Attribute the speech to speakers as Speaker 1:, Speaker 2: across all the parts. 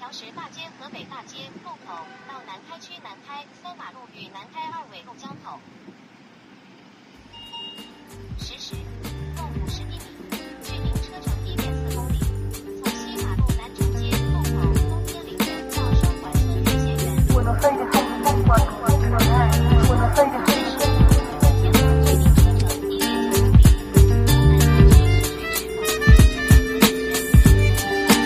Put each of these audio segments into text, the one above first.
Speaker 1: 条石大街和北大街入口到南开区南开三马路与南开二纬路交口。实时，共五十一米，居民车程一点四公里。从西马路南城街路口东街林园到双管村瑞协园，
Speaker 2: 我的肺的黑风管，我的肺的
Speaker 1: 实时五十公里，居民车程一点九公里。从南开区市区至广西深圳市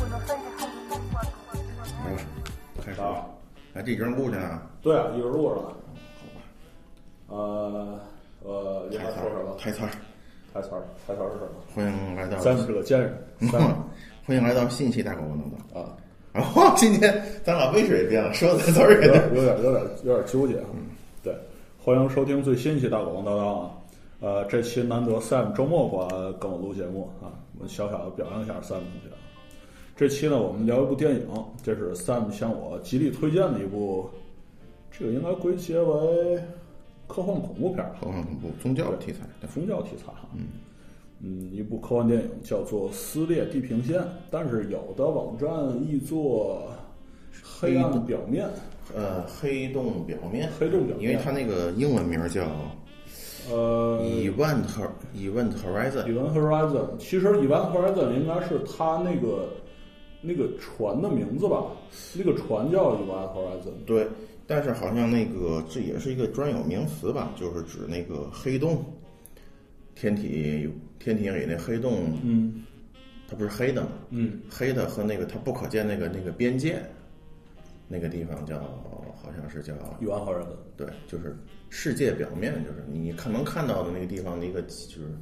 Speaker 2: 我的肺的黑风管，
Speaker 3: 没有什么，开始了。哎，这一个人录去啊？
Speaker 4: 对啊，一直录着呢。
Speaker 3: 好吧，
Speaker 4: 呃，呃，应
Speaker 3: 台
Speaker 4: 该
Speaker 3: 词
Speaker 4: 说什么
Speaker 3: 儿，？台词儿，
Speaker 4: 台词儿，台词儿是什么？
Speaker 3: 欢迎来到，
Speaker 4: 十个奸人三
Speaker 3: 嗯欢迎来到新一期大狗能的。
Speaker 4: 啊，
Speaker 3: 然后 今天咱俩杯水也变了，说的台词儿
Speaker 4: 有
Speaker 3: 也
Speaker 4: 点有点有点有点纠结啊。
Speaker 3: 嗯
Speaker 4: 对，欢迎收听最新一期《大狗王当当》啊。呃，这期难得 Sam 周末过来跟我录节目啊，我小小的表扬一下 Sam 同学。啊这期呢，我们聊一部电影，这是 Sam 向我极力推荐的一部，这个应该归结为科幻恐怖片儿吧。
Speaker 3: 科幻恐怖、宗教题材，对
Speaker 4: 宗教题材哈，嗯一部科幻电影叫做《撕裂地平线》，但是有的网站译作《黑暗表面》，
Speaker 3: 呃，黑洞表面，
Speaker 4: 黑洞表面
Speaker 3: 因为它那个英文名叫
Speaker 4: 呃
Speaker 3: Event Hor- Event Horizon，
Speaker 4: ，Event Horizon。其实 Event Horizon 应该是他那个那个船的名字吧，那个船叫 Event Horizon。
Speaker 3: 对，但是好像那个这也是一个专有名词吧，就是指那个黑洞，天体天体里那黑洞，
Speaker 4: 嗯
Speaker 3: 它不是黑的吗？
Speaker 4: 嗯，
Speaker 3: 黑的和那个它不可见那个那个边界，那个地方叫好像是叫
Speaker 4: Event Horizon。
Speaker 3: 对，就是世界表面，就是你看能看到的那个地方的一个就是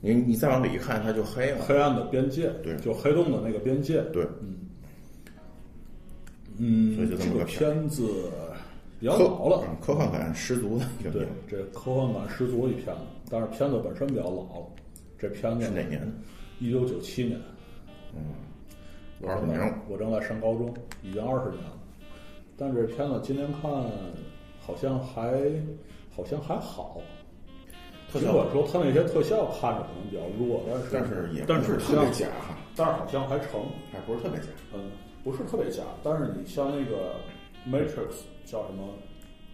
Speaker 3: 你你再往里一看，它就黑了。
Speaker 4: 黑暗的边界，
Speaker 3: 对
Speaker 4: 就黑洞的那个边界，
Speaker 3: 对，
Speaker 4: 嗯，
Speaker 3: 所以就这
Speaker 4: 这
Speaker 3: 么
Speaker 4: 个
Speaker 3: 个片
Speaker 4: 片子比较
Speaker 3: 科
Speaker 4: 老了，
Speaker 3: 嗯科幻感十足的一个
Speaker 4: 对
Speaker 3: 片，
Speaker 4: 这科幻感十足一片子，但是片子本身比较老了。这片
Speaker 3: 子
Speaker 4: 子
Speaker 3: 是哪年的？
Speaker 4: 一九九七年，嗯
Speaker 3: 20年了
Speaker 4: 我正在上高中，已经二十年了。但这片子今年看好像还好像还好，
Speaker 3: 特
Speaker 4: 尽
Speaker 3: 效
Speaker 4: 管说它那些特效看着可能比较弱，但
Speaker 3: 但
Speaker 4: 是
Speaker 3: 是也
Speaker 4: 但
Speaker 3: 不
Speaker 4: 是啊
Speaker 3: 是特别
Speaker 4: 像
Speaker 3: 假哈，
Speaker 4: 但是好像还成，
Speaker 3: 还不是特别假。
Speaker 4: 嗯，不是特别假。但是你像那个 Matrix 叫什么？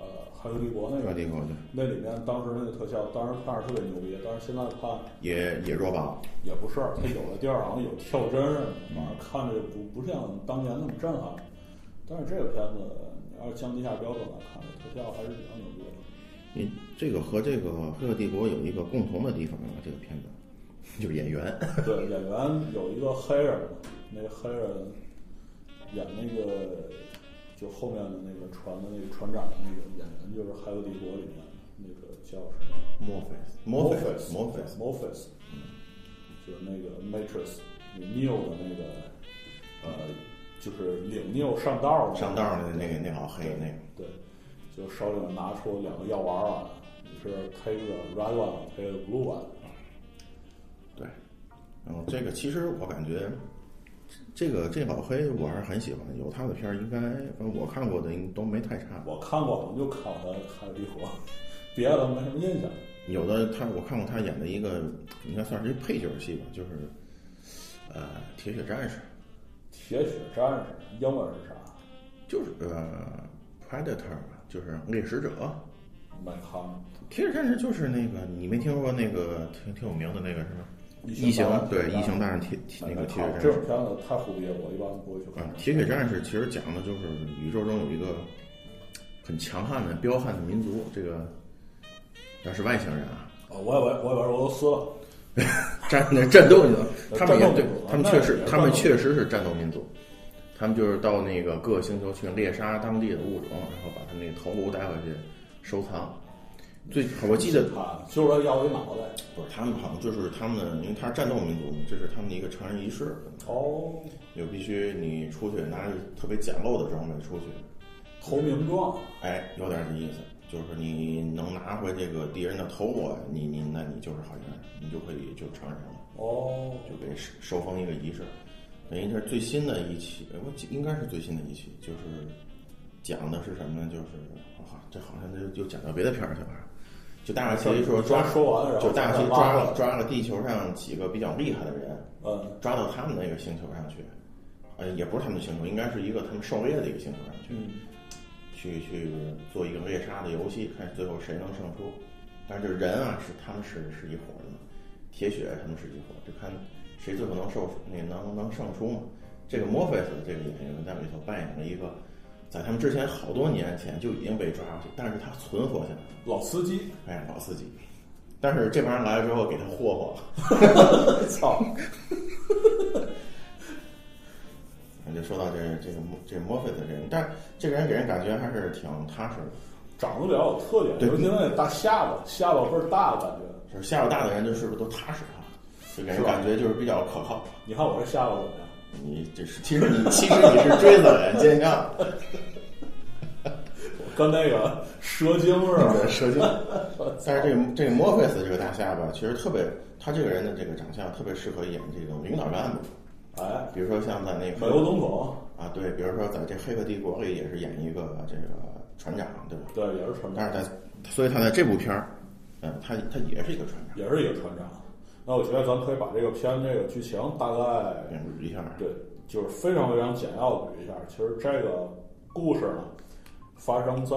Speaker 4: 呃，黑客帝国那
Speaker 3: 这
Speaker 4: 个
Speaker 3: 个地方就
Speaker 4: 那里面当时那个特效，当时看着特别牛逼，但是现在看
Speaker 3: 也也弱爆。
Speaker 4: 也不是，它有的地儿好像有跳帧什么的，反正看着就不不像当年那么震撼。但是这个片子，你要是降低一下标准来看，这特效还是比较牛逼的。
Speaker 3: 你这个和这个《黑客帝国》有一个共同的地方啊，这个片子就是演员，
Speaker 4: 对，演员有一个黑人嘛，那个黑人演那个就后面的那个船的那个船长的那个演员，就是《海有帝国》里面那个叫什么？
Speaker 3: 墨菲，墨菲，墨菲，
Speaker 4: Morpheus，就是嗯那个 Matrix 那 Neo 的那个呃，就是领 Neo 上道儿
Speaker 3: 上道儿的那个那老黑那个。
Speaker 4: 对，就手里拿出两个药丸儿来，你是 take the red one，take the blue one。
Speaker 3: 对，然后这个其实我感觉，这个这老黑我还是很喜欢，有他的片儿应该，反正我看过的应都没太差。
Speaker 4: 我看过，我就看过他《海底火》，别的没什么印象。
Speaker 3: 有的他我看过他演的一个，应该算是一配角戏吧，就是呃铁血战士，
Speaker 4: 铁血战士英文是啥？
Speaker 3: 就是呃 Predator，就是猎食者。
Speaker 4: 没看过。
Speaker 3: 铁血战士就是那个你没听说那个挺挺有名的那个是吗？异
Speaker 4: 异
Speaker 3: 形
Speaker 4: 形
Speaker 3: 对异形
Speaker 4: 大
Speaker 3: 大战铁铁那个铁血战
Speaker 4: 这
Speaker 3: 士
Speaker 4: 种。片子太胡逼了，我一般不会去看
Speaker 3: 啊，。铁血战士其实讲的就是宇宙中有一个很强悍的、彪悍的民族，这个那是外星人啊，
Speaker 4: 哦，我以为我以为是俄罗斯了。
Speaker 3: 战战斗民族，他们也
Speaker 4: 战斗
Speaker 3: 对
Speaker 4: 民族啊
Speaker 3: 他们
Speaker 4: 那
Speaker 3: 确
Speaker 4: 也
Speaker 3: 实他们确实
Speaker 4: 是，战斗
Speaker 3: 是战斗民族，他们就是到那个各个星球去猎杀当地的物种，然后把他们那个头颅带回去收藏。最我记得
Speaker 4: 啊，就是说要一脑袋。
Speaker 3: 不是他们好像就是他们的，因为他是战斗民族嘛，这是他们的一个成人仪式，
Speaker 4: 哦，
Speaker 3: 就必须你出去拿着特别简陋的装备出去，
Speaker 4: 投名状。
Speaker 3: 哎，有点这意思，就是你能拿回这个敌人的头颅，你你那你就是好像你就可以就成人了，
Speaker 4: 哦，
Speaker 3: 就给收封一个仪式。等于这是最新的一期，呃我记应该是最新的一期，就是讲的是什么呢？就是哇，这好像就就讲到别的片儿去了。就大概其实说抓
Speaker 4: 刚说完了啊然后
Speaker 3: 就大概
Speaker 4: 再
Speaker 3: 其实
Speaker 4: 挖
Speaker 3: 抓了抓了地球上几个比较厉害的人，
Speaker 4: 嗯
Speaker 3: 抓到他们那个星球上去，呃，也不是他们的星球，应该是一个他们狩猎的一个星球上去，
Speaker 4: 嗯
Speaker 3: 去去做一个猎杀的游戏，看最后谁能胜出。但是这人啊，是他们是是一伙儿的嘛，铁血他们是一伙儿，就看谁最后能受那能能胜出嘛。这个墨菲斯这个演员在里头扮演了一个，在他们之前好多年前就已经被抓过去，但是他存活下来了。
Speaker 4: 老司机，
Speaker 3: 哎呀，老司机。但是这帮人来了之后，给他霍霍了。
Speaker 4: 操，
Speaker 3: 那嗯就说到这这个墨这墨菲的人，但是这个人给人感觉还是挺踏实的，
Speaker 4: 长得比较有特点，
Speaker 3: 对
Speaker 4: 尤其那大下巴，下巴倍儿大的感觉。
Speaker 3: 就是下巴大的人就是不是都踏实啊？就给
Speaker 4: 是
Speaker 3: 人
Speaker 4: 吧
Speaker 3: 感觉就是比较可靠。
Speaker 4: 你看我这下巴怎么样？
Speaker 3: 你这是其实你其实你是锥子脸尖上
Speaker 4: 我跟那个蛇精似的。
Speaker 3: 的蛇精，但是这个这个墨菲斯这个大下巴其实特别，他这个人的这个长相特别适合演这种领导干部，
Speaker 4: 哎，
Speaker 3: 比如说像在那
Speaker 4: 美国
Speaker 3: 个
Speaker 4: 总统，
Speaker 3: 啊对，比如说在这《黑客帝国》里也是演一个这个船长，对吧？
Speaker 4: 对，也是船长，
Speaker 3: 但是在所以他在这部片儿，嗯，他他也是一个船长，
Speaker 4: 也是一个船长。那我觉得咱可以把这个片这个剧情大概
Speaker 3: 演绎一下。
Speaker 4: 对，就是非常非常简要的捋一下。其实这个故事呢，发生在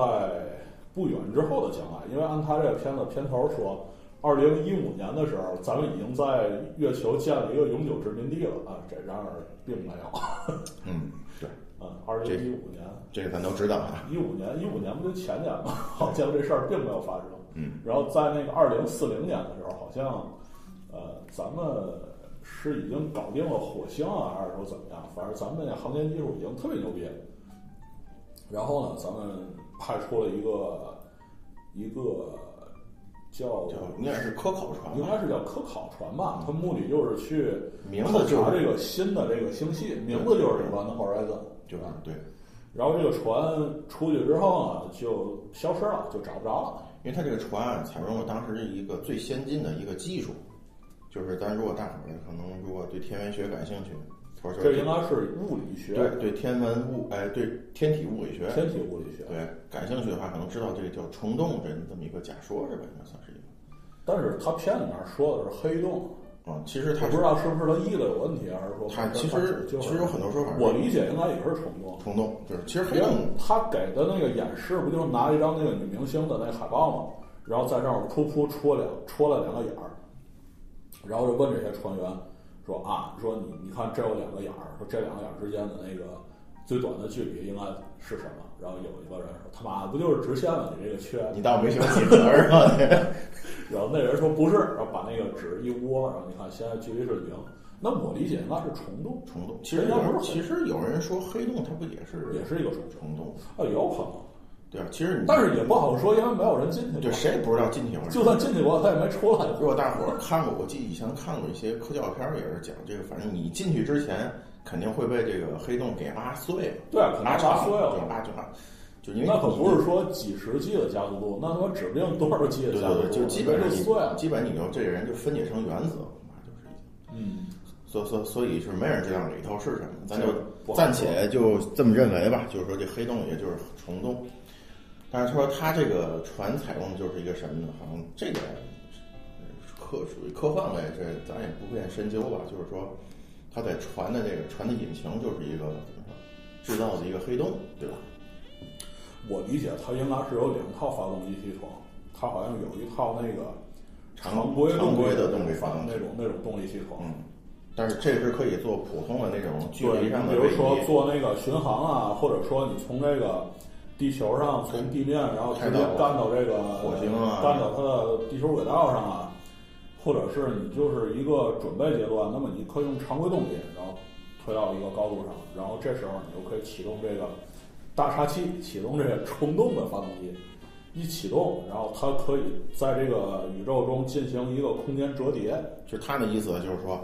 Speaker 4: 不远之后的将来，因为按他这个片子片头说，二零一五年的时候，咱们已经在月球建了一个永久殖民地了啊。这然而并没有
Speaker 3: 嗯，对，
Speaker 4: 啊，二零一五年。
Speaker 3: 这个咱都知道啊。
Speaker 4: 一五年，一五年不就前年吗？ 好像这事儿并没有发生。
Speaker 3: 嗯，
Speaker 4: 然后在那个二零四零年的时候，好像，呃，咱们是已经搞定了火星啊，还是说怎么样？反正咱们那航天技术已经特别牛逼了。然后呢，咱们派出了一个一个叫
Speaker 3: 就应该是科考船
Speaker 4: 应
Speaker 3: 吧，
Speaker 4: 该是叫科考船吧，它目的就是去
Speaker 3: 名
Speaker 4: 考
Speaker 3: 字就
Speaker 4: 察
Speaker 3: 是
Speaker 4: 这个新的这个星系，名字就是这个 One Horizon，
Speaker 3: 就是对，
Speaker 4: 然后这个船出去之后呢，就消失了，就找不着了。
Speaker 3: 因为它这个船啊采用了当时一个最先进的一个技术，就是咱如果大伙儿可能如果对天文学感兴趣，或者说
Speaker 4: 这应该是物理学，
Speaker 3: 对对天文物哎对天体物理学
Speaker 4: 天体物理学。
Speaker 3: 对感兴趣的话，可能知道这个叫虫洞人这么一个假说是吧？应该算是一个
Speaker 4: 但是他片里面说的是黑洞，
Speaker 3: 啊，其实
Speaker 4: 我
Speaker 3: 它
Speaker 4: 不
Speaker 3: 是
Speaker 4: 知道是不是他译的有问题，还是说
Speaker 3: 它其
Speaker 4: 它
Speaker 3: 实
Speaker 4: 就
Speaker 3: 其
Speaker 4: 是
Speaker 3: 实有很多说法，
Speaker 4: 我理解应该也是虫洞。
Speaker 3: 虫洞就是其实黑
Speaker 4: 因为
Speaker 3: 洞
Speaker 4: 他给的那个演示不就是拿一张那个女明星的那海报吗？然后在上面噗噗戳两戳了两个眼儿，然后就问这些船员说啊，说你你看这有两个眼儿，说这两个眼儿之间的那个最短的距离应该是什么？然后有一个人说他妈的不就是直线吗？你这个缺。
Speaker 3: 你当我没学过几何是吧？
Speaker 4: 然后那人说不是，然后把那个纸一窝，然后你看现在距离是零。那我理解应该是虫洞，
Speaker 3: 虫洞其实
Speaker 4: 人家
Speaker 3: 有
Speaker 4: 不
Speaker 3: 人
Speaker 4: 是
Speaker 3: 其实有人说黑洞它不也是
Speaker 4: 也是一个虫洞
Speaker 3: 虫洞？
Speaker 4: 啊，有可能，
Speaker 3: 对啊，其实你
Speaker 4: 但是也不好说，因为没有人进去过。
Speaker 3: 对谁也不知道进去会儿。
Speaker 4: 就算进去过，他也没出来
Speaker 3: 如
Speaker 4: 过。
Speaker 3: 果大伙儿看过，我记得以前看过一些科教片儿，也是讲这个，反正你进去之前肯定会被这个黑洞给拉碎了，
Speaker 4: 对，啊可能
Speaker 3: 拉
Speaker 4: 拉
Speaker 3: 长
Speaker 4: 碎
Speaker 3: 对
Speaker 4: 了。
Speaker 3: 拉长，就因为
Speaker 4: 那可
Speaker 3: 你
Speaker 4: 不是说几十 G 的加速度，那他妈指不定多少 G
Speaker 3: 对
Speaker 4: 的
Speaker 3: 对
Speaker 4: 加速度，
Speaker 3: 对，就基本上
Speaker 4: 就碎
Speaker 3: 你
Speaker 4: 了。
Speaker 3: 基本你就这个人就分解成原子了，嘛就是已经
Speaker 4: 嗯，
Speaker 3: 所所所以是没人知道里头是什么，咱就
Speaker 4: 不好说
Speaker 3: 暂且就这么认为吧，就是说这黑洞也就是虫洞，但是说它这个船采用的就是一个什么呢？好像这个呃科属于科幻类，这咱也不便深究吧。就是说，它在船的这个船的引擎就是一个怎么说，制造的一个黑洞，对吧？
Speaker 4: 我理解它应该是有两套发动机系统，它好像有一套那个常规
Speaker 3: 常规的
Speaker 4: 动
Speaker 3: 动力
Speaker 4: 力
Speaker 3: 发动机
Speaker 4: 那种那种动力系统。
Speaker 3: 嗯，但是这是可以做普通的那种距
Speaker 4: 对，
Speaker 3: 离上
Speaker 4: 你
Speaker 3: 的
Speaker 4: 比
Speaker 3: 位
Speaker 4: 如说
Speaker 3: 移，
Speaker 4: 做那个巡航啊，或者说你从这个地球上从地面，然后直
Speaker 3: 开
Speaker 4: 接干
Speaker 3: 到
Speaker 4: 到这个
Speaker 3: 火星啊
Speaker 4: 干到它的地球轨道上啊，或者是你就是一个准备阶段，那么你可以用常规动力，然后推到一个高度上，然后这时候你就可以启动这个大杀器，启动这个虫洞的发动机。一启动，然后它可以在这个宇宙中进行一个空间折叠，
Speaker 3: 就他的意思就是说，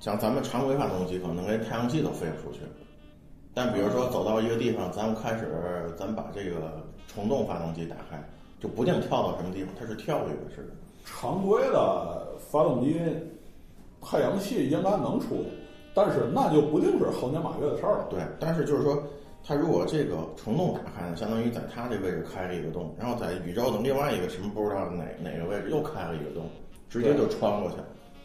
Speaker 3: 像咱们常规发动机可能连太阳系都飞不出去，但比如说走到一个地方，咱们开始，咱们把这个虫洞发动机打开，就不定跳到什么地方，它是跳跃式的。
Speaker 4: 常规的发动机，太阳系应该能出去，但是那就不定是猴年马月的事儿了。
Speaker 3: 对，但是就是说，它如果这个虫洞打开了，相当于在它这位置开了一个洞，然后在宇宙的另外一个什么不知道哪哪个位置又开了一个洞，直接就穿过去。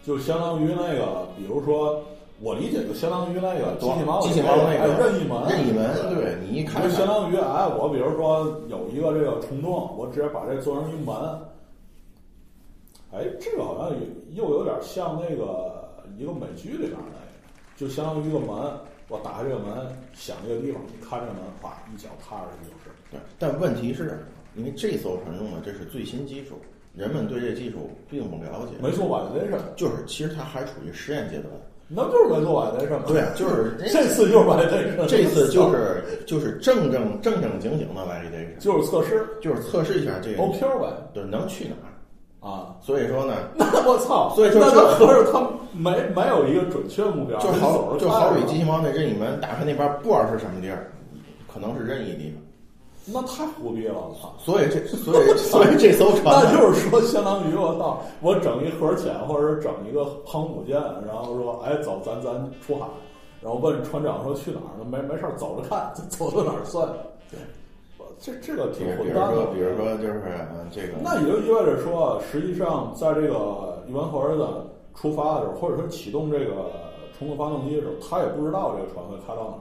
Speaker 4: 就相当于那个，比如说，我理解就相当于那个机
Speaker 3: 多
Speaker 4: 器猫，
Speaker 3: 机器猫那
Speaker 4: 哎
Speaker 3: 个
Speaker 4: 任意门，
Speaker 3: 任意门，对你一开
Speaker 4: 就相
Speaker 3: 开，
Speaker 4: 当于哎，我比如说有一个这个虫洞，我直接把这做成一门。哎，这个好像有又有点像那个一个美剧里边儿那个，就相当于一个门，我打开这个门，想一个地方，你看这个门，哗，一脚踏上去就是。
Speaker 3: 对，但问题是，因为这艘船用的这是最新技术，人们对这技术并不了解，
Speaker 4: 没做 validation，
Speaker 3: 就是其实它还处于实验阶段。
Speaker 4: 那就是没做 validation。
Speaker 3: 对，啊就是这
Speaker 4: 这次就是 validation，
Speaker 3: 这次就是就是正正正正经经的来这个，
Speaker 4: 就是测试
Speaker 3: 就是测试一下这个
Speaker 4: OQ 呗
Speaker 3: 对能去哪儿。
Speaker 4: 啊。
Speaker 3: 所以说呢，
Speaker 4: 那我操！
Speaker 3: 所以说
Speaker 4: 那
Speaker 3: 这
Speaker 4: 他合着他没没有一个准确目标，
Speaker 3: 就好
Speaker 4: 你走着
Speaker 3: 就
Speaker 4: 看
Speaker 3: 好比
Speaker 4: 吧
Speaker 3: 机器猫那任意门打开那边不知道是什么地儿，可能是任意地方。
Speaker 4: 那太胡逼了，我操！
Speaker 3: 所以这所 以所以这艘船
Speaker 4: 那
Speaker 3: 呢
Speaker 4: 就是说，相当于我操，我整一核潜，或者是整一个航母舰，然后说，哎，走，咱咱出海，然后问船长说去哪儿呢？没没事儿，走着看， 走到哪儿算。
Speaker 3: 对
Speaker 4: 我，这这个
Speaker 3: 比
Speaker 4: 挺
Speaker 3: 如比
Speaker 4: 混
Speaker 3: 如
Speaker 4: 蛋的
Speaker 3: 说。比如说就是呃这个
Speaker 4: 那也就意味着说，实际上在这个宇文核的出发的时候，或者说启动这个重复发动机的时候，他也不知道这个船会开到哪儿。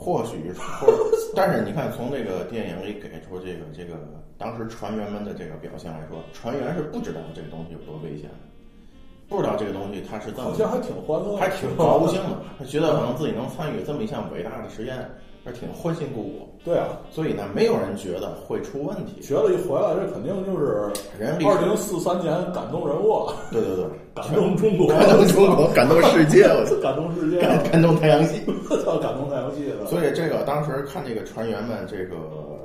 Speaker 3: 或许或者，但是你看从这个电影里给出这个这个当时船员们的这个表现来说，船员是不知道这个东西有多危险的，不知道这个东西它是这么
Speaker 4: 好像还挺欢乐的，
Speaker 3: 还挺高兴的，他觉得可能自己能参与这么一项伟大的实验，还挺欢欣鼓舞。
Speaker 4: 对啊，
Speaker 3: 所以呢，没有人觉得会出问题。
Speaker 4: 学了一回来，这肯定就是
Speaker 3: 人历史
Speaker 4: 二零四三年感动人物了，
Speaker 3: 对对 对，
Speaker 4: 感动中国，
Speaker 3: 感动中国，感动世界，我操，
Speaker 4: 感动世界，
Speaker 3: 感感动太阳系。
Speaker 4: 我操，感动太游戏了。
Speaker 3: 所以这个当时看这个船员们，这个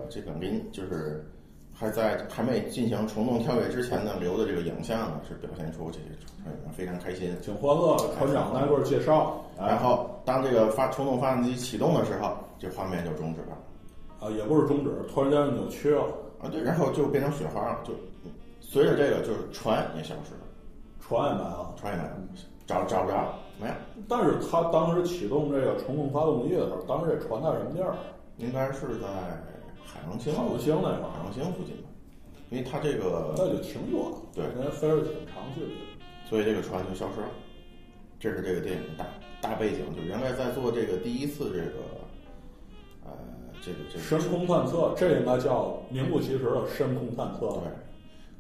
Speaker 3: 这个临就是还在还没进行虫洞跳跃之前呢，留的这个影像呢，是表现出这个船员非常开心。
Speaker 4: 挺欢乐的，船长挨个介绍，哎
Speaker 3: 然后当这个发虫洞发动机启动的时候，这画面就终止了。
Speaker 4: 啊，也不是终止，突然间就扭曲了，
Speaker 3: 啊，对，然后就变成雪花了，就随着这个就是船也消失了，
Speaker 4: 船也没了。
Speaker 3: 船也没了，找找不着了，没有，
Speaker 4: 但是他当时启动这个重控发动机的时候，当时这船在什么地儿？
Speaker 3: 应该是在海王星
Speaker 4: 海王星那块儿
Speaker 3: 海王星附近吧，因为它这个，
Speaker 4: 那就挺远了，
Speaker 3: 对
Speaker 4: 那飞着挺长距离。
Speaker 3: 所以这个船就消失了。这是这个电影大大背景，就是人类在做这个第一次这个，呃，这个这个
Speaker 4: 深空探测，这应该叫名不其实的深空探测。
Speaker 3: 对，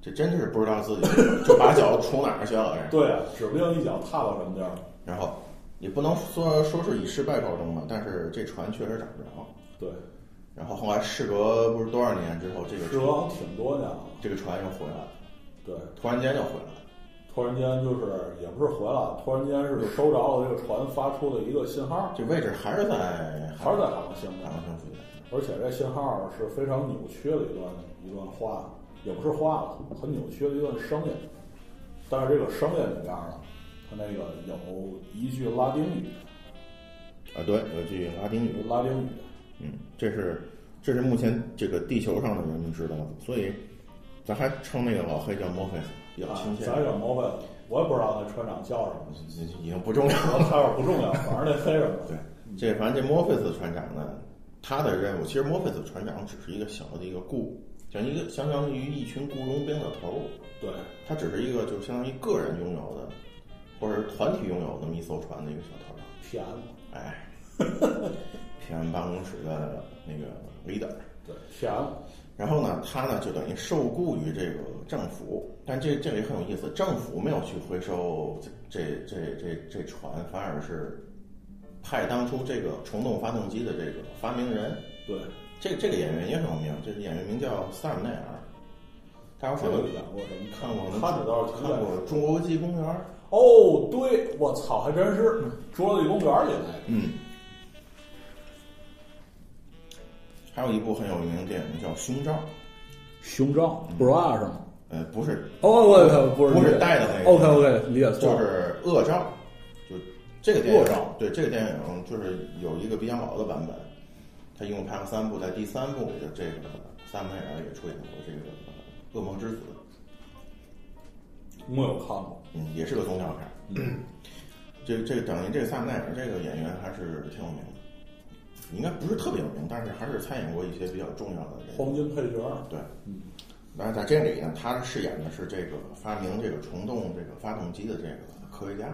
Speaker 3: 这真是不知道自己就把脚杵哪儿去了，这
Speaker 4: 对啊，指不定一脚踏到什么地儿。
Speaker 3: 然后也不能说说是以失败告终吧，但是这船确实找不着。
Speaker 4: 对，
Speaker 3: 然后后来事隔不是多少年之后，这个
Speaker 4: 时光挺多年了。
Speaker 3: 这个船又回来了，
Speaker 4: 对，
Speaker 3: 突然间又回来了。
Speaker 4: 突然间就是也不是回来了，突然间是收着了这个船发出的一个信号，
Speaker 3: 这位置还是在
Speaker 4: 还是在海王星
Speaker 3: 海
Speaker 4: 的，
Speaker 3: 王星附近，
Speaker 4: 而且这信号是非常扭曲的一段一段话，也不是话了，很扭曲的一段声音。但是这个声音里边呢，它那个有一句拉丁语，
Speaker 3: 啊，对，有句拉丁语，
Speaker 4: 拉丁语，
Speaker 3: 嗯，这是这是目前这个地球上的人们知道的，所以咱还称那个老黑叫墨菲斯，比较
Speaker 4: 啊
Speaker 3: 亲切，
Speaker 4: 咱也毛病，我也不知道那船长叫什么，
Speaker 3: 已已经不重要
Speaker 4: 我
Speaker 3: 了。
Speaker 4: 开始不重要，反正那黑人嘛。
Speaker 3: 对，这反正这墨菲斯船长呢，他的任务其实墨菲斯船长只是一个小的一个雇，像一个相当于一群雇佣兵的头儿。
Speaker 4: 对，
Speaker 3: 它只是一个就相当于个人拥有的，或者是团体拥有那么一艘船的一个小头儿。
Speaker 4: PM，
Speaker 3: 哎，平安办公室的那个 leader。
Speaker 4: 对 PM，
Speaker 3: 然后呢，他呢就等于受雇于这个政府，但这这里很有意思，政府没有去回收这这这这这船，反而是派当初这个虫洞发动机的这个发明人，
Speaker 4: 对，
Speaker 3: 这这个演员也很有名，这个演员名叫萨姆奈尔，大家
Speaker 4: 这
Speaker 3: 可
Speaker 4: 个
Speaker 3: 能
Speaker 4: 演过什么？
Speaker 3: 看过
Speaker 4: 看着倒是挺
Speaker 3: 看
Speaker 4: 眼熟
Speaker 3: 过《侏罗纪公园》。
Speaker 4: 哦，对，我操，还真是《侏罗纪公园》里那个。
Speaker 3: 嗯，还有一部很有名的电影叫《胸罩》，
Speaker 4: 胸罩 bra 是吗？
Speaker 3: 呃，不是，
Speaker 4: 哦，我靠，嗯不是
Speaker 3: 不是戴的那个
Speaker 4: OK OK，理解错
Speaker 3: 就
Speaker 4: 了。
Speaker 3: 是恶兆，就这个电影
Speaker 4: 恶兆，
Speaker 3: 对这个电影就是有一个比较老的版本，它一共拍了三部，在第三部的这个萨姆奈尔也出演过这个《恶魔之子》，
Speaker 4: 我有看过，
Speaker 3: 嗯嗯，也是个宗教片儿。这这等于这个萨奈尔这个演员还是挺有名的，应该不是特别有名，但是还是参演过一些比较重要的这个
Speaker 4: 黄金配角，
Speaker 3: 对，然后在这里呢，他饰演的是这个发明这个虫洞这个发动机的这个科学家，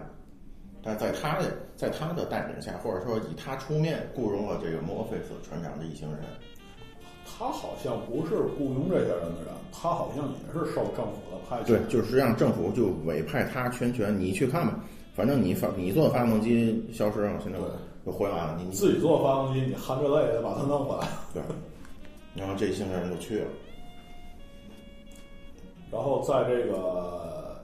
Speaker 3: 但在他的在他的带领下，或者说以他出面雇佣了这个墨菲斯船长这一行人，
Speaker 4: 他好像不是雇佣这些人的人，他好像也是受政府的派遣。
Speaker 3: 对，就是让政府就委派他全权，你去看吧，反正你发你做的发动机消失了，现在
Speaker 4: 对
Speaker 3: 就回来了，你你
Speaker 4: 自己做发动机，你含着泪也把它弄回来。
Speaker 3: 对，然后这一行人就去了，
Speaker 4: 然后在这个，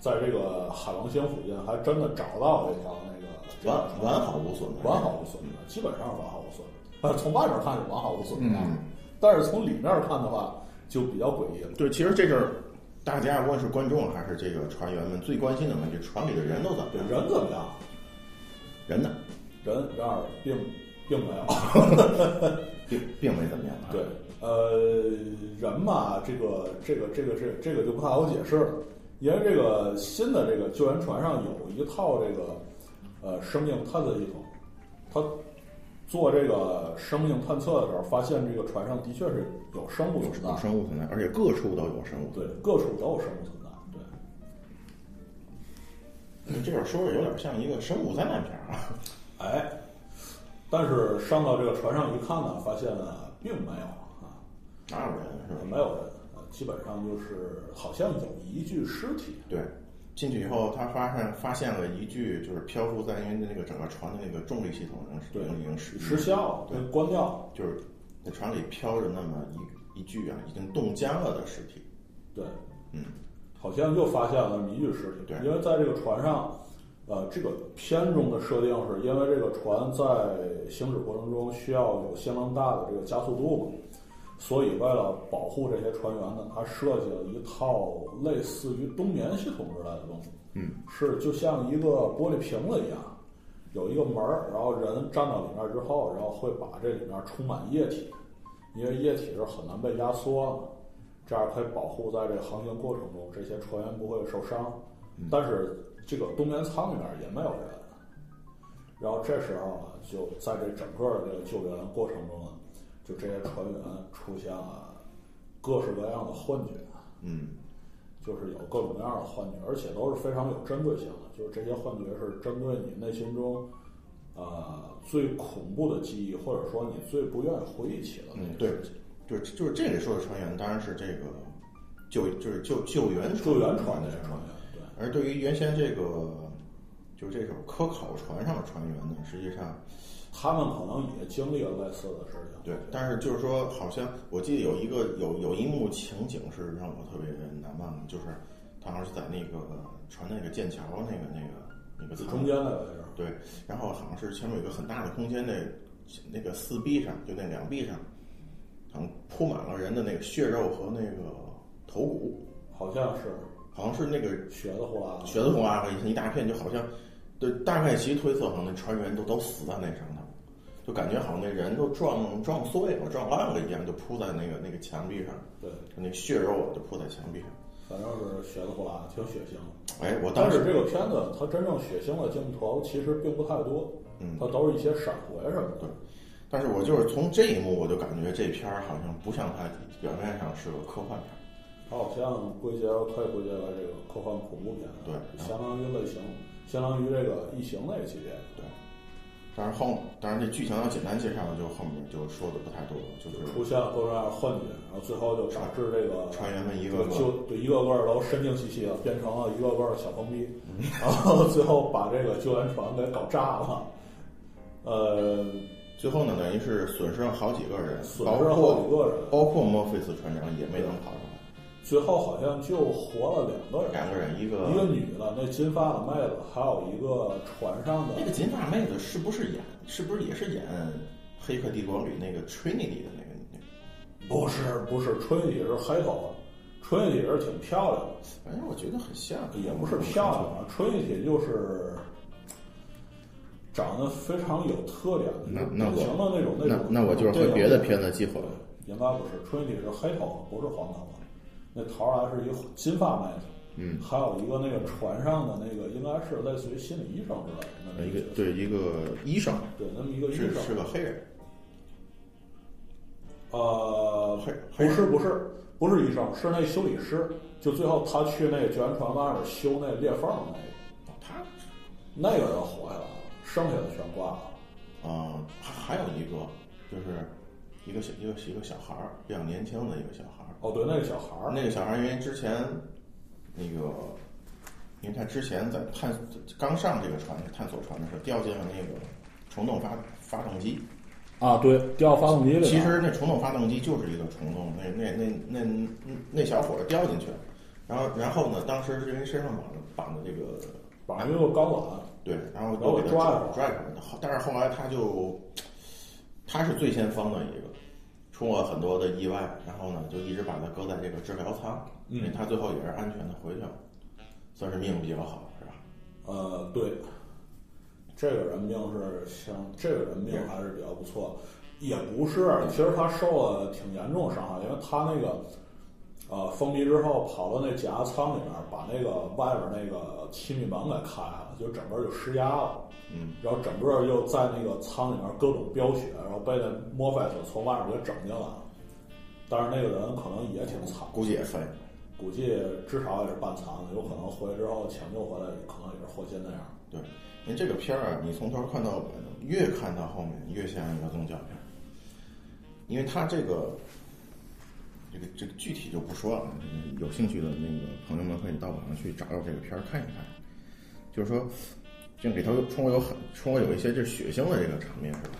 Speaker 4: 在这个海王星附近，还真的找到了一条那个这
Speaker 3: 完
Speaker 4: 样的船
Speaker 3: 完好无损的，
Speaker 4: 完好无损的，基本上是完好无损的。呃，从外面看是完好无损的，
Speaker 3: 嗯
Speaker 4: 但是从里面看的话就比较诡异了。
Speaker 3: 对，其实这个大家无论是观众还是这个船员们最关心的问题，船里的人都怎么
Speaker 4: 对
Speaker 3: 样？
Speaker 4: 人怎么样？
Speaker 3: 人呢，
Speaker 4: 人然而并并没有。
Speaker 3: 并并没怎么样啊。
Speaker 4: 对，呃，人嘛，这个这个这个这这个就不太好解释了，因为这个新的这个救援船上有一套这个呃生命探测系统，它做这个生命探测的时候，发现这个船上的确是有生物
Speaker 3: 有
Speaker 4: 存
Speaker 3: 有
Speaker 4: 在，
Speaker 3: 生物存在，而且各处都有生物。
Speaker 4: 对，各处都有生物存在，对，
Speaker 3: 对，这本书有点像一个生物灾难片儿啊。
Speaker 4: 哎，但是上到这个船上一看呢，发现啊，并没有啊，
Speaker 3: 哪有人是吧？
Speaker 4: 没有人，呃基本上就是好像有一具尸体。
Speaker 3: 对，进去以后，他发现发现了一具就是漂浮在，因为那个整个船的那个重力系统已经
Speaker 4: 对
Speaker 3: 已经失
Speaker 4: 失效了，
Speaker 3: 对
Speaker 4: 被关掉了。
Speaker 3: 就是那船里飘着那么一一具啊已经冻僵了的尸体。
Speaker 4: 对，
Speaker 3: 嗯，
Speaker 4: 好像又发现了谜具尸体。
Speaker 3: 对
Speaker 4: 因为在这个船上，呃，这个片中的设定是因为这个船在行驶过程中需要有相当大的这个加速度嘛，所以为了保护这些船员呢，他设计了一套类似于冬眠系统之类的东西。
Speaker 3: 嗯，
Speaker 4: 是就像一个玻璃瓶子一样。有一个门儿，然后人站到里面之后，然后会把这里面充满液体，因为液体是很难被压缩的，这样可以保护在这个航行过程中这些船员不会受伤。
Speaker 3: 嗯
Speaker 4: 但是这个冬眠舱里面也没有人，然后这时候呢，就在这整个的这个救援过程中呢，啊就这些船员出现了各式各样的幻觉，
Speaker 3: 嗯，
Speaker 4: 就是有各种各样的幻觉，而且都是非常有针对性的，就是这些幻觉是针对你内心中。呃，最恐怖的记忆，或者说你最不愿意回忆起的那
Speaker 3: 嗯
Speaker 4: 个
Speaker 3: 对
Speaker 4: 事情，
Speaker 3: 就是就是这里说的船员当然是这个救就是救救援船
Speaker 4: 救援船的这船员，对，
Speaker 3: 而对于原先这个就是这种科考船上的船员呢，实际上
Speaker 4: 他们可能也经历了类似的事情。
Speaker 3: 对，但是就是说，好像我记得有一个有有一幕情景是让我特别难忘的，就是他好像是在那个船那个剑桥那个那个那个
Speaker 4: 就
Speaker 3: 舱
Speaker 4: 中间那个位置，
Speaker 3: 对，然后好像是前面有一个很大的空间，那那个四壁上就那两壁上，好像铺满了人的那个血肉和那个头骨，
Speaker 4: 好像是
Speaker 3: 好像是那个
Speaker 4: 学的话，
Speaker 3: 血的红啊，一大片，就好像，对，大概其推测，好像那船员都都死在那上头，就感觉好像那人都撞撞碎了、撞烂了一样，就扑在那个那个墙壁上，
Speaker 4: 对，
Speaker 3: 那血肉啊就扑在墙壁上。
Speaker 4: 反正是学的话挺血腥的。
Speaker 3: 哎，我当
Speaker 4: 但
Speaker 3: 时
Speaker 4: 是这个片子它真正血腥的镜头其实并不太多，
Speaker 3: 嗯
Speaker 4: 它都是一些闪回什么的
Speaker 3: 对。但是我就是从这一幕，我就感觉这片儿好像不像它表面上是个科幻片儿，
Speaker 4: 它好像归结可以归结为这个科幻恐怖片，啊
Speaker 3: 对
Speaker 4: 相当于类型，相当于这个异形那个系列。
Speaker 3: 对。但是后，当然这剧情要简单介绍，就后面就说的不太多了，就是
Speaker 4: 出现了各种各样的幻觉，然后最后就导致这个
Speaker 3: 船员们一个
Speaker 4: 就
Speaker 3: 个
Speaker 4: 就对一个个儿都神经兮兮的，变成了一个个儿小疯逼，
Speaker 3: 嗯
Speaker 4: 然后最后把这个救援船给搞炸了。呃，
Speaker 3: 最后呢，等于是损失了好几个人，
Speaker 4: 损
Speaker 3: 包
Speaker 4: 失了好几
Speaker 3: 括
Speaker 4: 个人，
Speaker 3: 包括墨菲斯船长也没能跑出来。
Speaker 4: 最后好像就活了两
Speaker 3: 两
Speaker 4: 个人，
Speaker 3: 个人，一个
Speaker 4: 一个女的，那金发的妹子，还有一个船上的
Speaker 3: 那个金发妹子是不是演是不是也是演《黑客帝国》里那个 Trinity 的那个那个？
Speaker 4: 不是不是春雨是黑头发，春雨是挺漂亮的。
Speaker 3: 反正我觉得很像，
Speaker 4: 也不是漂亮啊，春一铁就是长得非常有特点的，
Speaker 3: 那
Speaker 4: 就
Speaker 3: 那我
Speaker 4: 典型的那种那
Speaker 3: 那
Speaker 4: 种。
Speaker 3: 那我就是和别的片子激
Speaker 4: 对啊
Speaker 3: 混了。，
Speaker 4: 应该不是春一铁是黑头发，不是黄头发。那桃儿来是一个金发妹子，
Speaker 3: 嗯，
Speaker 4: 还有一个那个船上的那个应该是类似于心理医生之类的那么
Speaker 3: 呃一个
Speaker 4: 角色
Speaker 3: 对一个医生，
Speaker 4: 对那么一个医
Speaker 3: 是
Speaker 4: 生，
Speaker 3: 是个黑人，
Speaker 4: 呃，
Speaker 3: 黑
Speaker 4: 不
Speaker 3: 黑人
Speaker 4: 是不是不是医生，是那修理师，就最后他去那个绝缘船外面修那裂缝那个，
Speaker 3: 哦他
Speaker 4: 那个人活下来了，剩下的全挂了。
Speaker 3: 啊，还还有一个就是一个小一个一个小孩儿，比较年轻的一个小孩儿。
Speaker 4: 哦，对，那个小孩儿，
Speaker 3: 那个小孩儿因为之前那个，因为他之前在探刚上这个船探索船的时候掉进了那个虫洞发发动机，
Speaker 4: 啊，对，掉发动机里了。
Speaker 3: 其实那虫洞发动机就是一个虫洞，那那那那那那小伙儿掉进去了，然后然后呢，当时是因为身上绑着绑着这个
Speaker 4: 绑上一个钢缆，
Speaker 3: 对，然后
Speaker 4: 然
Speaker 3: 都
Speaker 4: 后
Speaker 3: 给
Speaker 4: 抓
Speaker 3: 他
Speaker 4: 了
Speaker 3: 拽出来的。后但是后来他就，他是最先锋的一个，出了很多的意外，然后呢就一直把他搁在这个治疗舱，因为
Speaker 4: 嗯
Speaker 3: 他最后也是安全的回去了，算是命比较好，是吧？
Speaker 4: 呃，对，这个人命是像这个人命还是比较不错，也不是，其实他受了挺严重的伤害，因为他那个呃封闭之后跑到那解压舱里面，把那个外边那个气密门给开了，就整个就施压了。
Speaker 3: 嗯，
Speaker 4: 然后整个又在那个舱里面各种飙血，然后被那墨菲所从外面给整进来了。但是那个人可能也挺惨，
Speaker 3: 估计也废了。
Speaker 4: 估计至少也是半残的，有可能回来之后抢救回来，可能也是霍金那样。
Speaker 3: 对，因为这个片儿啊，你从头看到尾，越看到后面越像一个宗教片儿，因为它这个这个这个具体就不说了，有兴趣的那个朋友们可以到网上去找找这个片儿看一看。就是说，这里头中国有很中国有一些这血腥的这个场面是吧？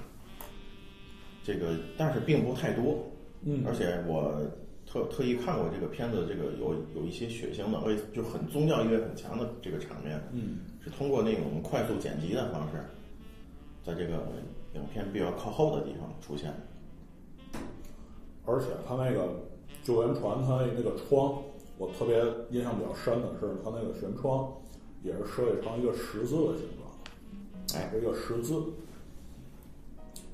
Speaker 3: 这个但是并不太多，
Speaker 4: 嗯
Speaker 3: 而且我特特意看过这个片子，这个有有一些血腥的，而且就很宗教意味很强的这个场面，
Speaker 4: 嗯
Speaker 3: 是通过那种快速剪辑的方式，在这个影片比较靠后的地方出现。，
Speaker 4: 而且他那个救援船，他那个窗，我特别印象比较深的是，他那个舷窗也是设计成一个十字的形状，
Speaker 3: 哎，
Speaker 4: 是一个十字，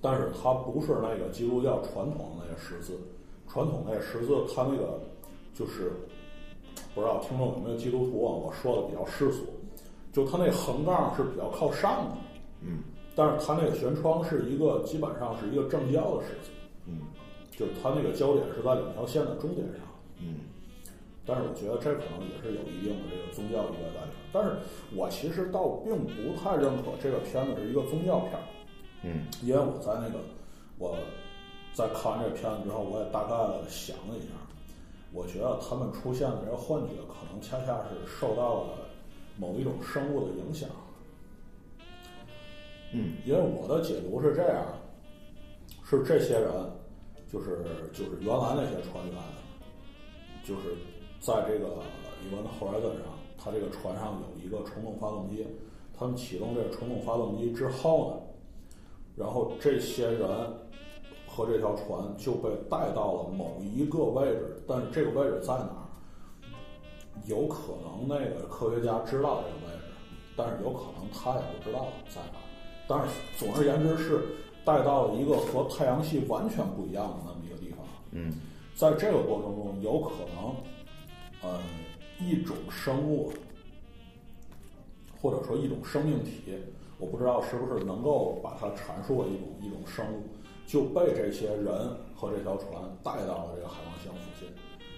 Speaker 4: 但是它不是那个基督教传统的那个十字，传统那个十字，它那个就是不知道听众有没有基督徒啊？我说的比较世俗，就它那横杠是比较靠上的，
Speaker 3: 嗯
Speaker 4: 但是它那个舷窗是一个基本上是一个正交的十字。
Speaker 3: 嗯
Speaker 4: 就是它那个焦点是在两条线的中间上。
Speaker 3: 嗯，
Speaker 4: 但是我觉得这可能也是有一定的这个宗教意味在里面。但是我其实倒并不太认可这个片子是一个宗教片儿，
Speaker 3: 嗯
Speaker 4: 因为我在那个我在看完这个片子之后，我也大概地想了一下，我觉得他们出现的这个幻觉，可能恰恰是受到了某一种生物的影响。
Speaker 3: 嗯
Speaker 4: 因为我的解读是这样，是这些人，就是就是原来那些船员，就是在这个李文的 Horizon 上，他这个船上有一个冲动发动机，他们启动这个冲动发动机之后呢，然后这些人和这条船就被带到了某一个位置，但是这个位置在哪儿？有可能那个科学家知道这个位置，但是有可能他也不知道在哪儿。但是总而言之是带到了一个和太阳系完全不一样的那么一个地方。
Speaker 3: 嗯
Speaker 4: 在这个过程中，有可能，呃，一种生物或者说一种生命体，我不知道是不是能够把它阐述为一种一种生物，就被这些人和这条船带到了这个海王星附近，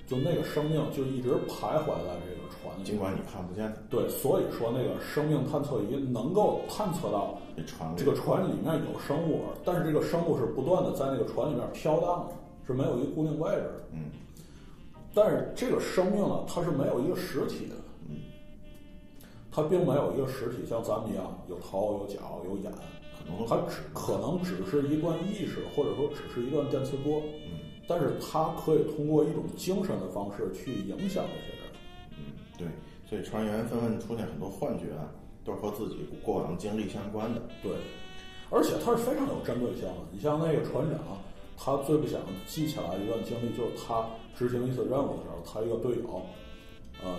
Speaker 4: 就那个生命就一直徘徊在这个船里
Speaker 3: 尽。管你看不见它，
Speaker 4: 对，所以说那个生命探测仪能够探测到
Speaker 3: 这船
Speaker 4: 这个船里面有生物，但是这个生物是不断的在那个船里面飘荡的，是没有一个固定位置的。
Speaker 3: 嗯
Speaker 4: 但是这个生命呢，它是没有一个实体的，
Speaker 3: 嗯
Speaker 4: 它并没有一个实体，像咱们一样有头、有脚、有眼，
Speaker 3: 可能都
Speaker 4: 它只可能只是一段意识，或者说只是一段电磁波，
Speaker 3: 嗯
Speaker 4: 但是它可以通过一种精神的方式去影响这些人。
Speaker 3: 嗯对，所以船员纷纷出现很多幻觉啊，都是和自己过往经历相关的。
Speaker 4: 对，而且它是非常有针对性的。你像那个船长，他最不想记起来一段经历，就是他执行一次任务的时候，他一个队友，呃，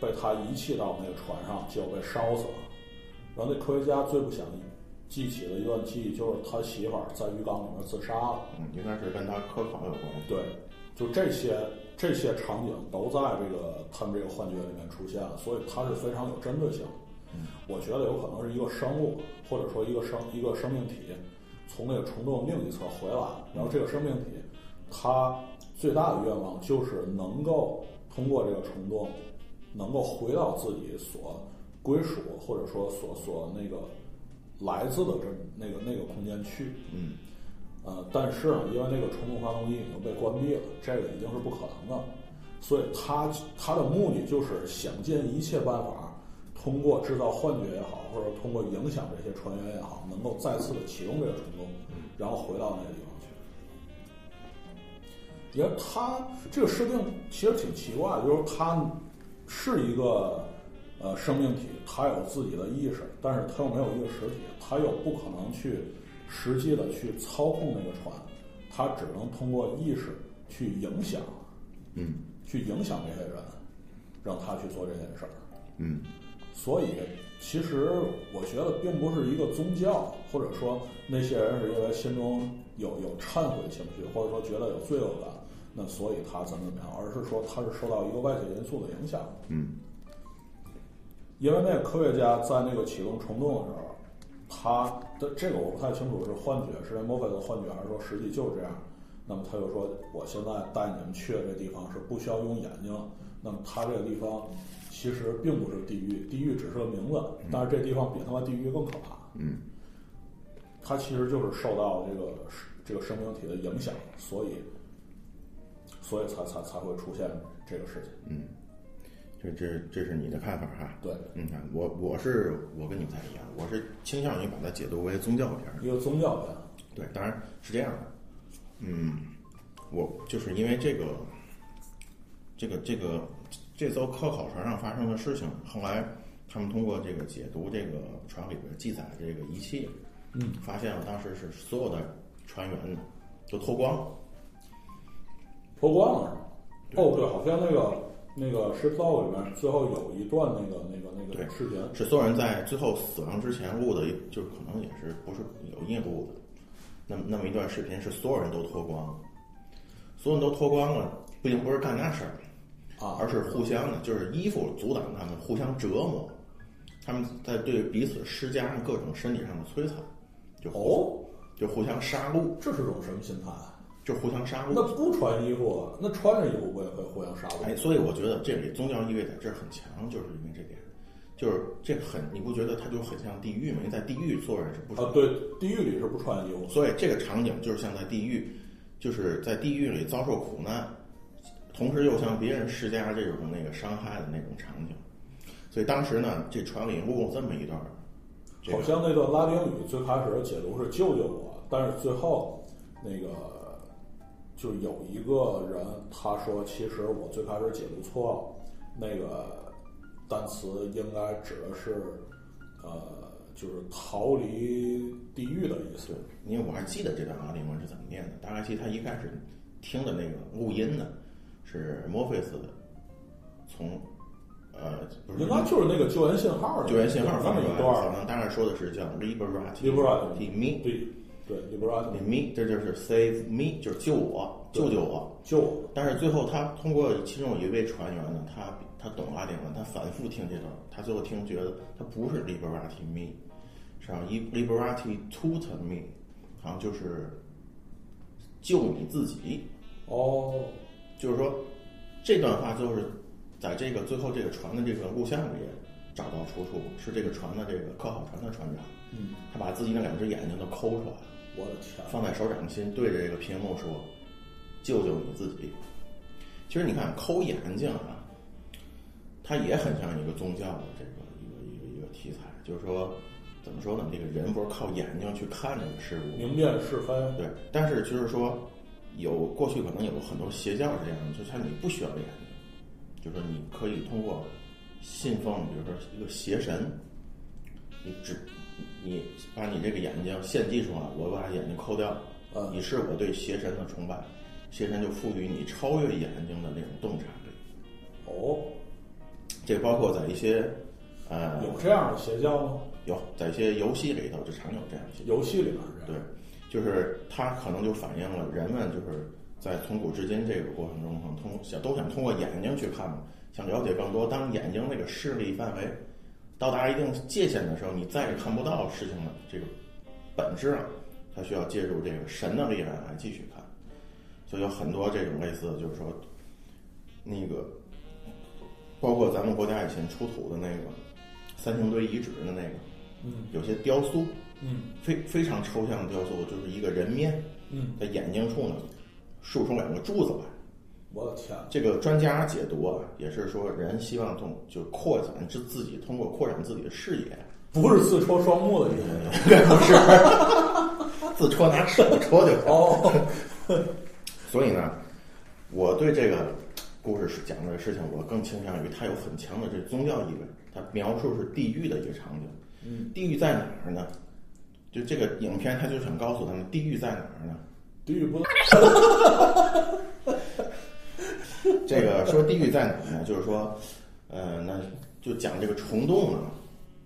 Speaker 4: 被他遗弃到那个船上，结果被烧死了。然后那科学家最不想记起的一段记忆，就是他媳妇儿在浴缸里面自杀了。
Speaker 3: 嗯，应该是跟他科考有关系。
Speaker 4: 对，就这些这些场景都在这个他们这个幻觉里面出现了，所以它是非常有针对性的。我觉得有可能是一个生物，或者说一个生一个生命体，从那个虫洞另一侧回来，然后这个生命体，它最大的愿望就是能够通过这个虫洞，能够回到自己所归属或者说所所那个来自的这那个那个空间去。
Speaker 3: 嗯，
Speaker 4: 呃，但是呢，因为那个虫洞发动机已经被关闭了，这个已经是不可能的，所以他他的目的就是想尽一切办法，通过制造幻觉也好，或者通过影响这些船员也好，能够再次的启动这个虫洞，然后回到那个地方去。因为他这个设定其实挺奇怪的，就是他是一个呃生命体，它有自己的意识，但是它又没有一个实体，它又不可能去实际的去操控那个船，它只能通过意识去影响，
Speaker 3: 嗯
Speaker 4: 去影响这些人，让他去做这件事儿。
Speaker 3: 嗯
Speaker 4: 所以，其实我觉得并不是一个宗教，或者说那些人是因为心中有有忏悔情绪，或者说觉得有罪恶感，那所以他怎么怎么样，而是说他是受到一个外界因素的影响。
Speaker 3: 嗯
Speaker 4: 因为那个科学家在那个启动虫洞的时候，他的这个我不太清楚是幻觉，是墨菲的幻觉，还是说实际就是这样。那么他就说，我现在带你们去的这地方是不需要用眼睛了。那么他这个地方其实并不是地狱，地狱只是个名字，但是这地方比他妈地狱更可怕。
Speaker 3: 嗯
Speaker 4: 它其实就是受到这个这个生命体的影响，所以所以才才才会出现这个事情。
Speaker 3: 嗯，这这这是你的看法哈？
Speaker 4: 对，
Speaker 3: 你看我我是我跟你不太一样，我是倾向于把它解读为宗教片儿。
Speaker 4: 一个宗教片，
Speaker 3: 对，当然是这样的。嗯，我就是因为这个，这个这个这艘科考船上发生的事情，后来他们通过这个解读这个船里边记载的这个仪器，
Speaker 4: 嗯，
Speaker 3: 发现了当时是所有的船员都脱光了。
Speaker 4: 脱光了是吗？哦，对，好像那个那个《十字道》里面最后有一段那个那个那
Speaker 3: 对
Speaker 4: 个视频，
Speaker 3: 是所有人在最后死亡之前录的一，就是可能也是不是有业录的，那么那么一段视频是所有人都脱光了，所有人都脱光了，并不是干那事儿
Speaker 4: 啊
Speaker 3: 而是互相的，就是衣服阻挡他们互相折磨，他们在对彼此施加上各种身体上的摧残，就互
Speaker 4: 哦，
Speaker 3: 就互相杀戮，
Speaker 4: 这是种什么心态啊？
Speaker 3: 就互相杀
Speaker 4: 那
Speaker 3: 戮。
Speaker 4: 不穿衣服，啊那穿着衣服不也会互相杀戮？
Speaker 3: 嗯哎，所以我觉得这里宗教意味在这儿很强，就是因为这点，就是这很，你不觉得它就很像地狱吗？因为在地狱做人是不
Speaker 4: 啊，对，地狱里是不穿衣服的，
Speaker 3: 所以这个场景就是像在地狱，就是在地狱里遭受苦难，同时又向别人施加这种那个伤害的那种场景。所以当时呢，这船里录了这么一段儿，这
Speaker 4: 好
Speaker 3: 个
Speaker 4: 像那段拉丁语最开始解读是救救我，但是最后那个就有一个人他说，其实我最开始解读错了，那个单词应该指的是呃，就是逃离地狱的意思。
Speaker 3: 因为我还记得这段拉丁文是怎么念的。大概其实他一开始听的那个录音呢，是墨菲斯的，从呃不是
Speaker 4: 应该就是那个救援信号，
Speaker 3: 救援信号
Speaker 4: 那
Speaker 3: 发
Speaker 4: 么
Speaker 3: 出
Speaker 4: 一
Speaker 3: 来，
Speaker 4: 段
Speaker 3: 可
Speaker 4: 儿，
Speaker 3: 能大概说的是叫 liberate
Speaker 4: Liberate
Speaker 3: me
Speaker 4: 对对，你不知道
Speaker 3: me，这就是 save me，就是救我，
Speaker 4: 对
Speaker 3: 救救我。
Speaker 4: 救我
Speaker 3: 但是最后他通过其中有一位船员呢，他他懂拉丁文，他反复听这段，他最后听觉得他不是 liberati me，是啊一 liberati tut me，好像就是救你自己，
Speaker 4: 哦，
Speaker 3: 就是说这段话就是在这个最后这个船的这个录像里找到出处，是这个船的这个科考船的船长，
Speaker 4: 嗯，
Speaker 3: 他把自己那两只眼睛都抠出来了。
Speaker 4: 我的天，
Speaker 3: 放在手掌心，对着这个屏幕说：“救救你自己。”其实你看抠眼睛啊，它也很像一个宗教的这个一个一个一个题材，就是说怎么说呢？这个人不是靠眼睛去看这个事物，
Speaker 4: 明辨是非，
Speaker 3: 对，但是就是说，有过去可能有很多邪教是这样的，就是它你不需要眼睛，就是说你可以通过信奉，比如说一个邪神，你只你把你这个眼睛献祭出来，我把眼睛抠掉，
Speaker 4: 嗯
Speaker 3: 以示我对邪神的崇拜，邪神就赋予你超越眼睛的那种洞察力，
Speaker 4: 哦，
Speaker 3: 这包括在一些呃
Speaker 4: 有这样的邪教吗？
Speaker 3: 有在一些游戏里头就常有这样的。
Speaker 4: 游戏里面是这样。
Speaker 3: 对，就是它可能就反映了人们就是在从古至今这个过程中，可能通想都想通过眼睛去看嘛，想了解更多。当眼睛那个视力范围到达一定界限的时候，你再也看不到事情的这个本质了。他需要借助这个神的力量来继续看，所以有很多这种类似的，就是说，那个包括咱们国家以前出土的那个三星堆遗址的那个，
Speaker 4: 嗯
Speaker 3: 有些雕塑，
Speaker 4: 嗯
Speaker 3: 非非常抽象的雕塑，就是一个人面，
Speaker 4: 嗯，
Speaker 3: 在眼睛处呢竖出两个柱子来。
Speaker 4: 我的天，
Speaker 3: 这个专家解读啊，也是说人希望通就扩展自自己，通过扩展自己的视野，
Speaker 4: 不是自戳双目的意思。
Speaker 3: 自戳拿手戳就行。
Speaker 4: 哦，
Speaker 3: 所以呢，我对这个故事是讲这个事情，我更倾向于它有很强的这宗教意味。它描述是地狱的一个场景，
Speaker 4: 嗯，
Speaker 3: 地狱在哪儿呢？就这个影片，它就想告诉咱们，地狱在哪儿呢？
Speaker 4: 地狱不
Speaker 3: 这个说地狱在哪儿呢？就是说，呃，那就讲这个虫洞呢，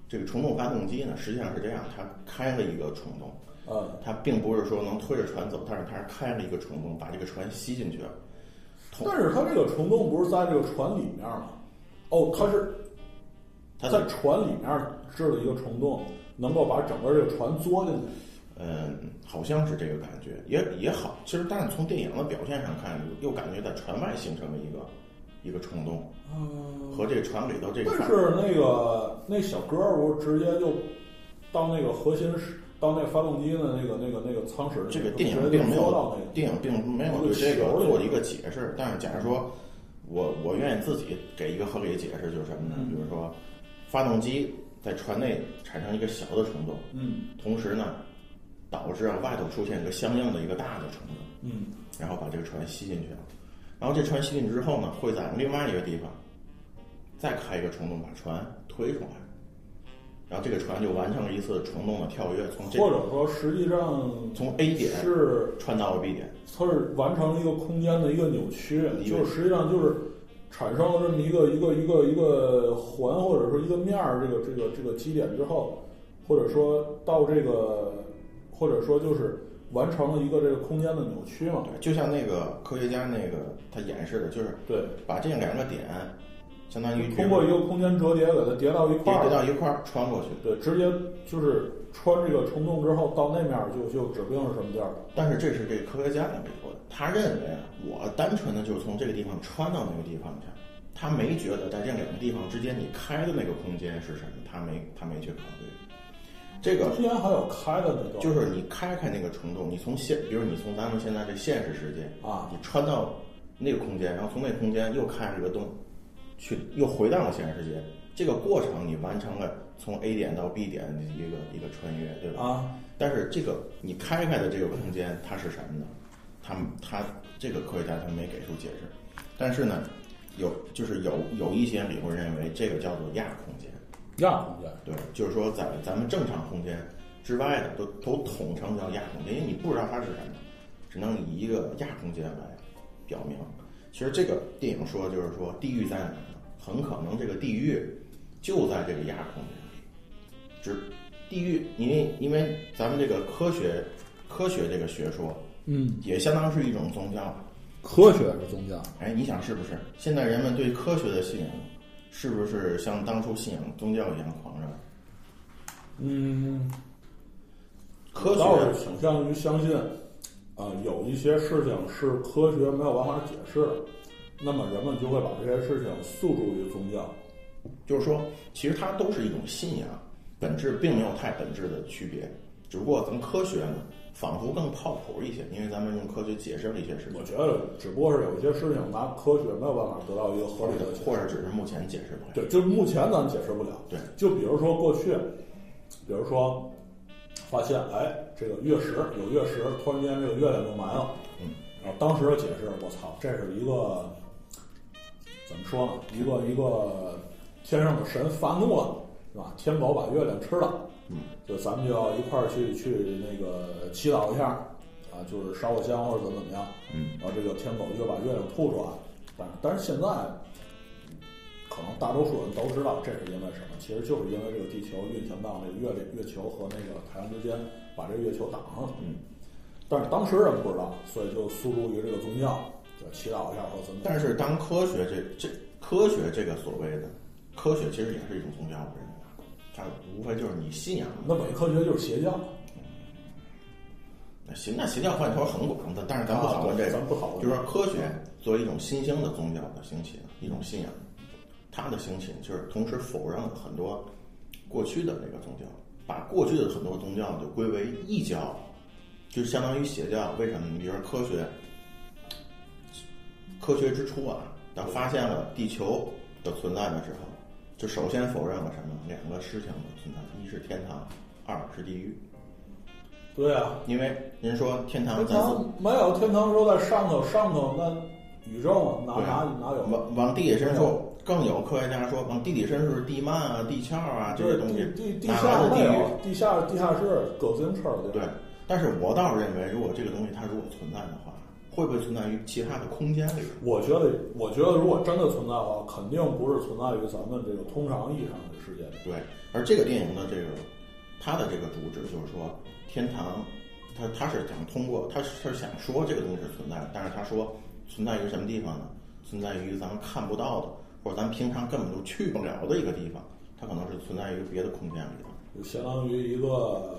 Speaker 3: 这个虫洞发动机呢，实际上是这样，它开了一个虫洞，
Speaker 4: 嗯，
Speaker 3: 它并不是说能推着船走，但是它是开了一个虫洞，把这个船吸进去了。同
Speaker 4: 但是它这个虫洞不是在这个船里面吗？哦，它是
Speaker 3: 它
Speaker 4: 在
Speaker 3: 的
Speaker 4: 船里面制了一个虫洞，能够把整个这个船作进去。
Speaker 3: 嗯，好像是这个感觉，也也好。其实，但是从电影的表现上看，又又感觉在船外形成了一个一个虫洞，和这个船里头这个
Speaker 4: 但
Speaker 3: 反
Speaker 4: 是那个那小哥儿不是直接就到那个核心室，到那发动机的那个那个那个舱室里，
Speaker 3: 这个电
Speaker 4: 直
Speaker 3: 影
Speaker 4: 接
Speaker 3: 并没
Speaker 4: 缩
Speaker 3: 有
Speaker 4: 到那个。
Speaker 3: 电影并没有对这个做一个解释。但是，假如说我我愿意自己给一个合理的解释，就是什么呢？
Speaker 4: 嗯
Speaker 3: 比如说，发动机在船内产生一个小的虫洞，
Speaker 4: 嗯
Speaker 3: 同时呢，导致啊让外头出现一个相应的一个大的虫洞。
Speaker 4: 嗯
Speaker 3: 然后把这个船吸进去了。然后这船吸进去之后呢，会在另外一个地方再开一个虫洞，把船推出来，然后这个船就完成了一次虫洞的跳跃，从这
Speaker 4: 或者说实际上
Speaker 3: 从 A 点
Speaker 4: 是
Speaker 3: 穿到了 B 点。
Speaker 4: 它是完成了一个空间的一个扭曲，
Speaker 3: 理解
Speaker 4: 就是实际上就是产生了这么一个一个一个一个环或者说一个面儿，这个这个这个基点之后，或者说到这个或者说就是完成了一个这个空间的扭曲嘛
Speaker 3: 对，，就像那个科学家那个他演示的，就是
Speaker 4: 对，
Speaker 3: 把这两个点相当于
Speaker 4: 通过一个空间折叠给它叠到一块
Speaker 3: 叠叠到
Speaker 4: 儿，
Speaker 3: 一块儿穿过去。
Speaker 4: 对，直接就是穿这个虫洞之后到那面儿就就指定是什么地儿了，
Speaker 3: 但是这是这个科学家那里说的，他认为啊，我单纯的就是从这个地方穿到那个地方去，他没觉得在这两个地方之间你开的那个空间是什么，他没他没去考虑。这个
Speaker 4: 之前还有开的那个，
Speaker 3: 就是你开开那个虫洞，你从现，比如你从咱们现在这现实世界
Speaker 4: 啊
Speaker 3: 你穿到那个空间，然后从那个空间又开了一个洞，去又回到了现实世界。这个过程你完成了从 A 点到 B 点的一个一个穿越，对吧？
Speaker 4: 啊，
Speaker 3: 但是这个你开开的这个空间它是什么呢？他们他这个科学家他没给出解释，但是呢，有就是有有一些理论认为这个叫做亚空间，
Speaker 4: 亚空间，
Speaker 3: 对，就是说在咱们正常空间之外的都都统称叫亚空间，因为你不知道它是什么，只能以一个亚空间来表明。其实这个电影说就是说地狱在哪儿呢？很可能这个地狱就在这个亚空间里，只地狱，因为因为咱们这个科学科学这个学说
Speaker 4: 嗯，
Speaker 3: 也相当是一种宗教啊。
Speaker 4: 科学是宗教。
Speaker 3: 哎，你想是不是？现在人们对科学的信仰，是不是像当初信仰宗教一样狂热？
Speaker 4: 嗯，
Speaker 3: 科
Speaker 4: 倒
Speaker 3: 学
Speaker 4: 是倾向于相信，呃，有一些事情是科学没有办法解释的，那么人们就会把这些事情诉诸于宗教。
Speaker 3: 就是说，其实它都是一种信仰，本质并没有太本质的区别，只不过咱们科学呢，仿佛更靠谱一些，因为咱们用科学解释了一些事情
Speaker 4: 我，觉得只不过是有一些事情拿科学没有办法得到一个合
Speaker 3: 或
Speaker 4: 理
Speaker 3: 者
Speaker 4: 的解释。
Speaker 3: 或者只是目前解释不了。
Speaker 4: 对，就是目前咱解释不了。
Speaker 3: 对，
Speaker 4: 就比如说过去，比如说发现哎，这个月食有月食，突然间这个月亮就埋了。
Speaker 3: 嗯，
Speaker 4: 然后当时的解释，我操，这是一个怎么说呢？一个一个天上的神发怒了，是吧？天宝把月亮吃了。
Speaker 3: 嗯，
Speaker 4: 就咱们就要一块儿去去那个呃祈祷一下，啊，就是烧个香或者怎么怎么样。
Speaker 3: 嗯，
Speaker 4: 然后这个天狗就把月亮吐出来，但但是现在可能大多数人都知道这是因为什么，其实就是因为这个地球运行到那个月亮、月球和那个太阳之间，把这个月球挡上了。
Speaker 3: 嗯，
Speaker 4: 但是当时人不知道，所以就诉诸于这个宗教，就祈祷一下说怎么。
Speaker 3: 但是当科学这这科学这个所谓的科学，其实也是一种宗教，我认为啊，它无非就是你信仰
Speaker 4: 那伪科学就是邪教，
Speaker 3: 那行，那邪教范畴很广的，但是咱不讨论这个，
Speaker 4: 啊对咱不讨论
Speaker 3: 就是说科学作为一种新兴的宗教的兴起，一种信仰，它的兴起就是同时否认了很多过去的那个宗教，把过去的很多宗教就归为异教，就是相当于邪教。为什么？你比如说科学，科学之初啊，当发现了地球的存在的时候，就首先否认了什么？两个事情的存在，一是天堂，二是地狱。
Speaker 4: 对啊，
Speaker 3: 因为您说天堂
Speaker 4: 天
Speaker 3: 咱
Speaker 4: 堂没有天堂说在上头，上头那宇宙哪
Speaker 3: 对啊
Speaker 4: 哪哪有？
Speaker 3: 往往地底深
Speaker 4: 啊
Speaker 3: 处，更有科学家说往地底深处是地幔啊、地壳啊这
Speaker 4: 就是
Speaker 3: 些东西
Speaker 4: 地，地地
Speaker 3: 哪
Speaker 4: 下
Speaker 3: 来的
Speaker 4: 没
Speaker 3: 地
Speaker 4: 有
Speaker 3: 狱？，
Speaker 4: 地下地下室搞自行车的地
Speaker 3: 对
Speaker 4: 方，，
Speaker 3: 但是我倒是认为，如果这个东西它如果存在的话，会不会存在于其他的空间里？
Speaker 4: 我觉得，我觉得如果真的存在的话，肯定不是存在于咱们这个通常意义上的世界里。
Speaker 3: 对，而这个电影的这个它的这个主旨就是说，天堂，它它是想通过，它是它是想说这个东西是存在的，但是他说存在于什么地方呢？存在于咱们看不到的，或者咱们平常根本就去不了的一个地方，它可能是存在于别的空间里的。
Speaker 4: 就相当于一个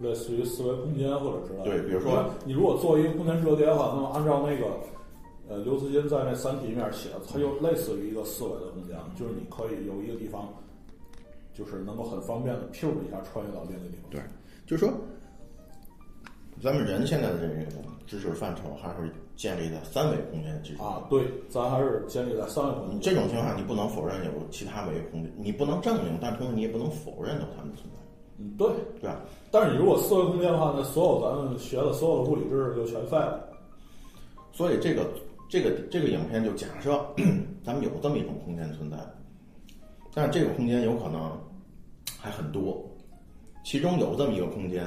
Speaker 4: 类似于四维空间或者之类的。
Speaker 3: 对比如说
Speaker 4: 因为你如果做一个空间折叠的话，那么按照那个呃刘慈欣在那《三体》里面写的，它就类似于一个四维的空间，就是你可以由一个地方，就是能够很方便的 Q 一下穿越到另一个地方。
Speaker 3: 对，就是说，咱们人现在的这个知识范畴还是建立在三维空间基础上
Speaker 4: 啊，。对，咱还是建立在三维空
Speaker 3: 你
Speaker 4: 间。
Speaker 3: 这种情况下，你不能否认有其他维空间，你不能证明，但同时你也不能否认有它们的存在，
Speaker 4: 嗯，对。
Speaker 3: 对吧？
Speaker 4: 但是你如果四维空间的话，那所有咱们学的所有的物理知识就全废了。
Speaker 3: 所以这个这个这个影片就假设 咱们有这么一种空间存在，但是这个空间有可能还很多，其中有这么一个空间，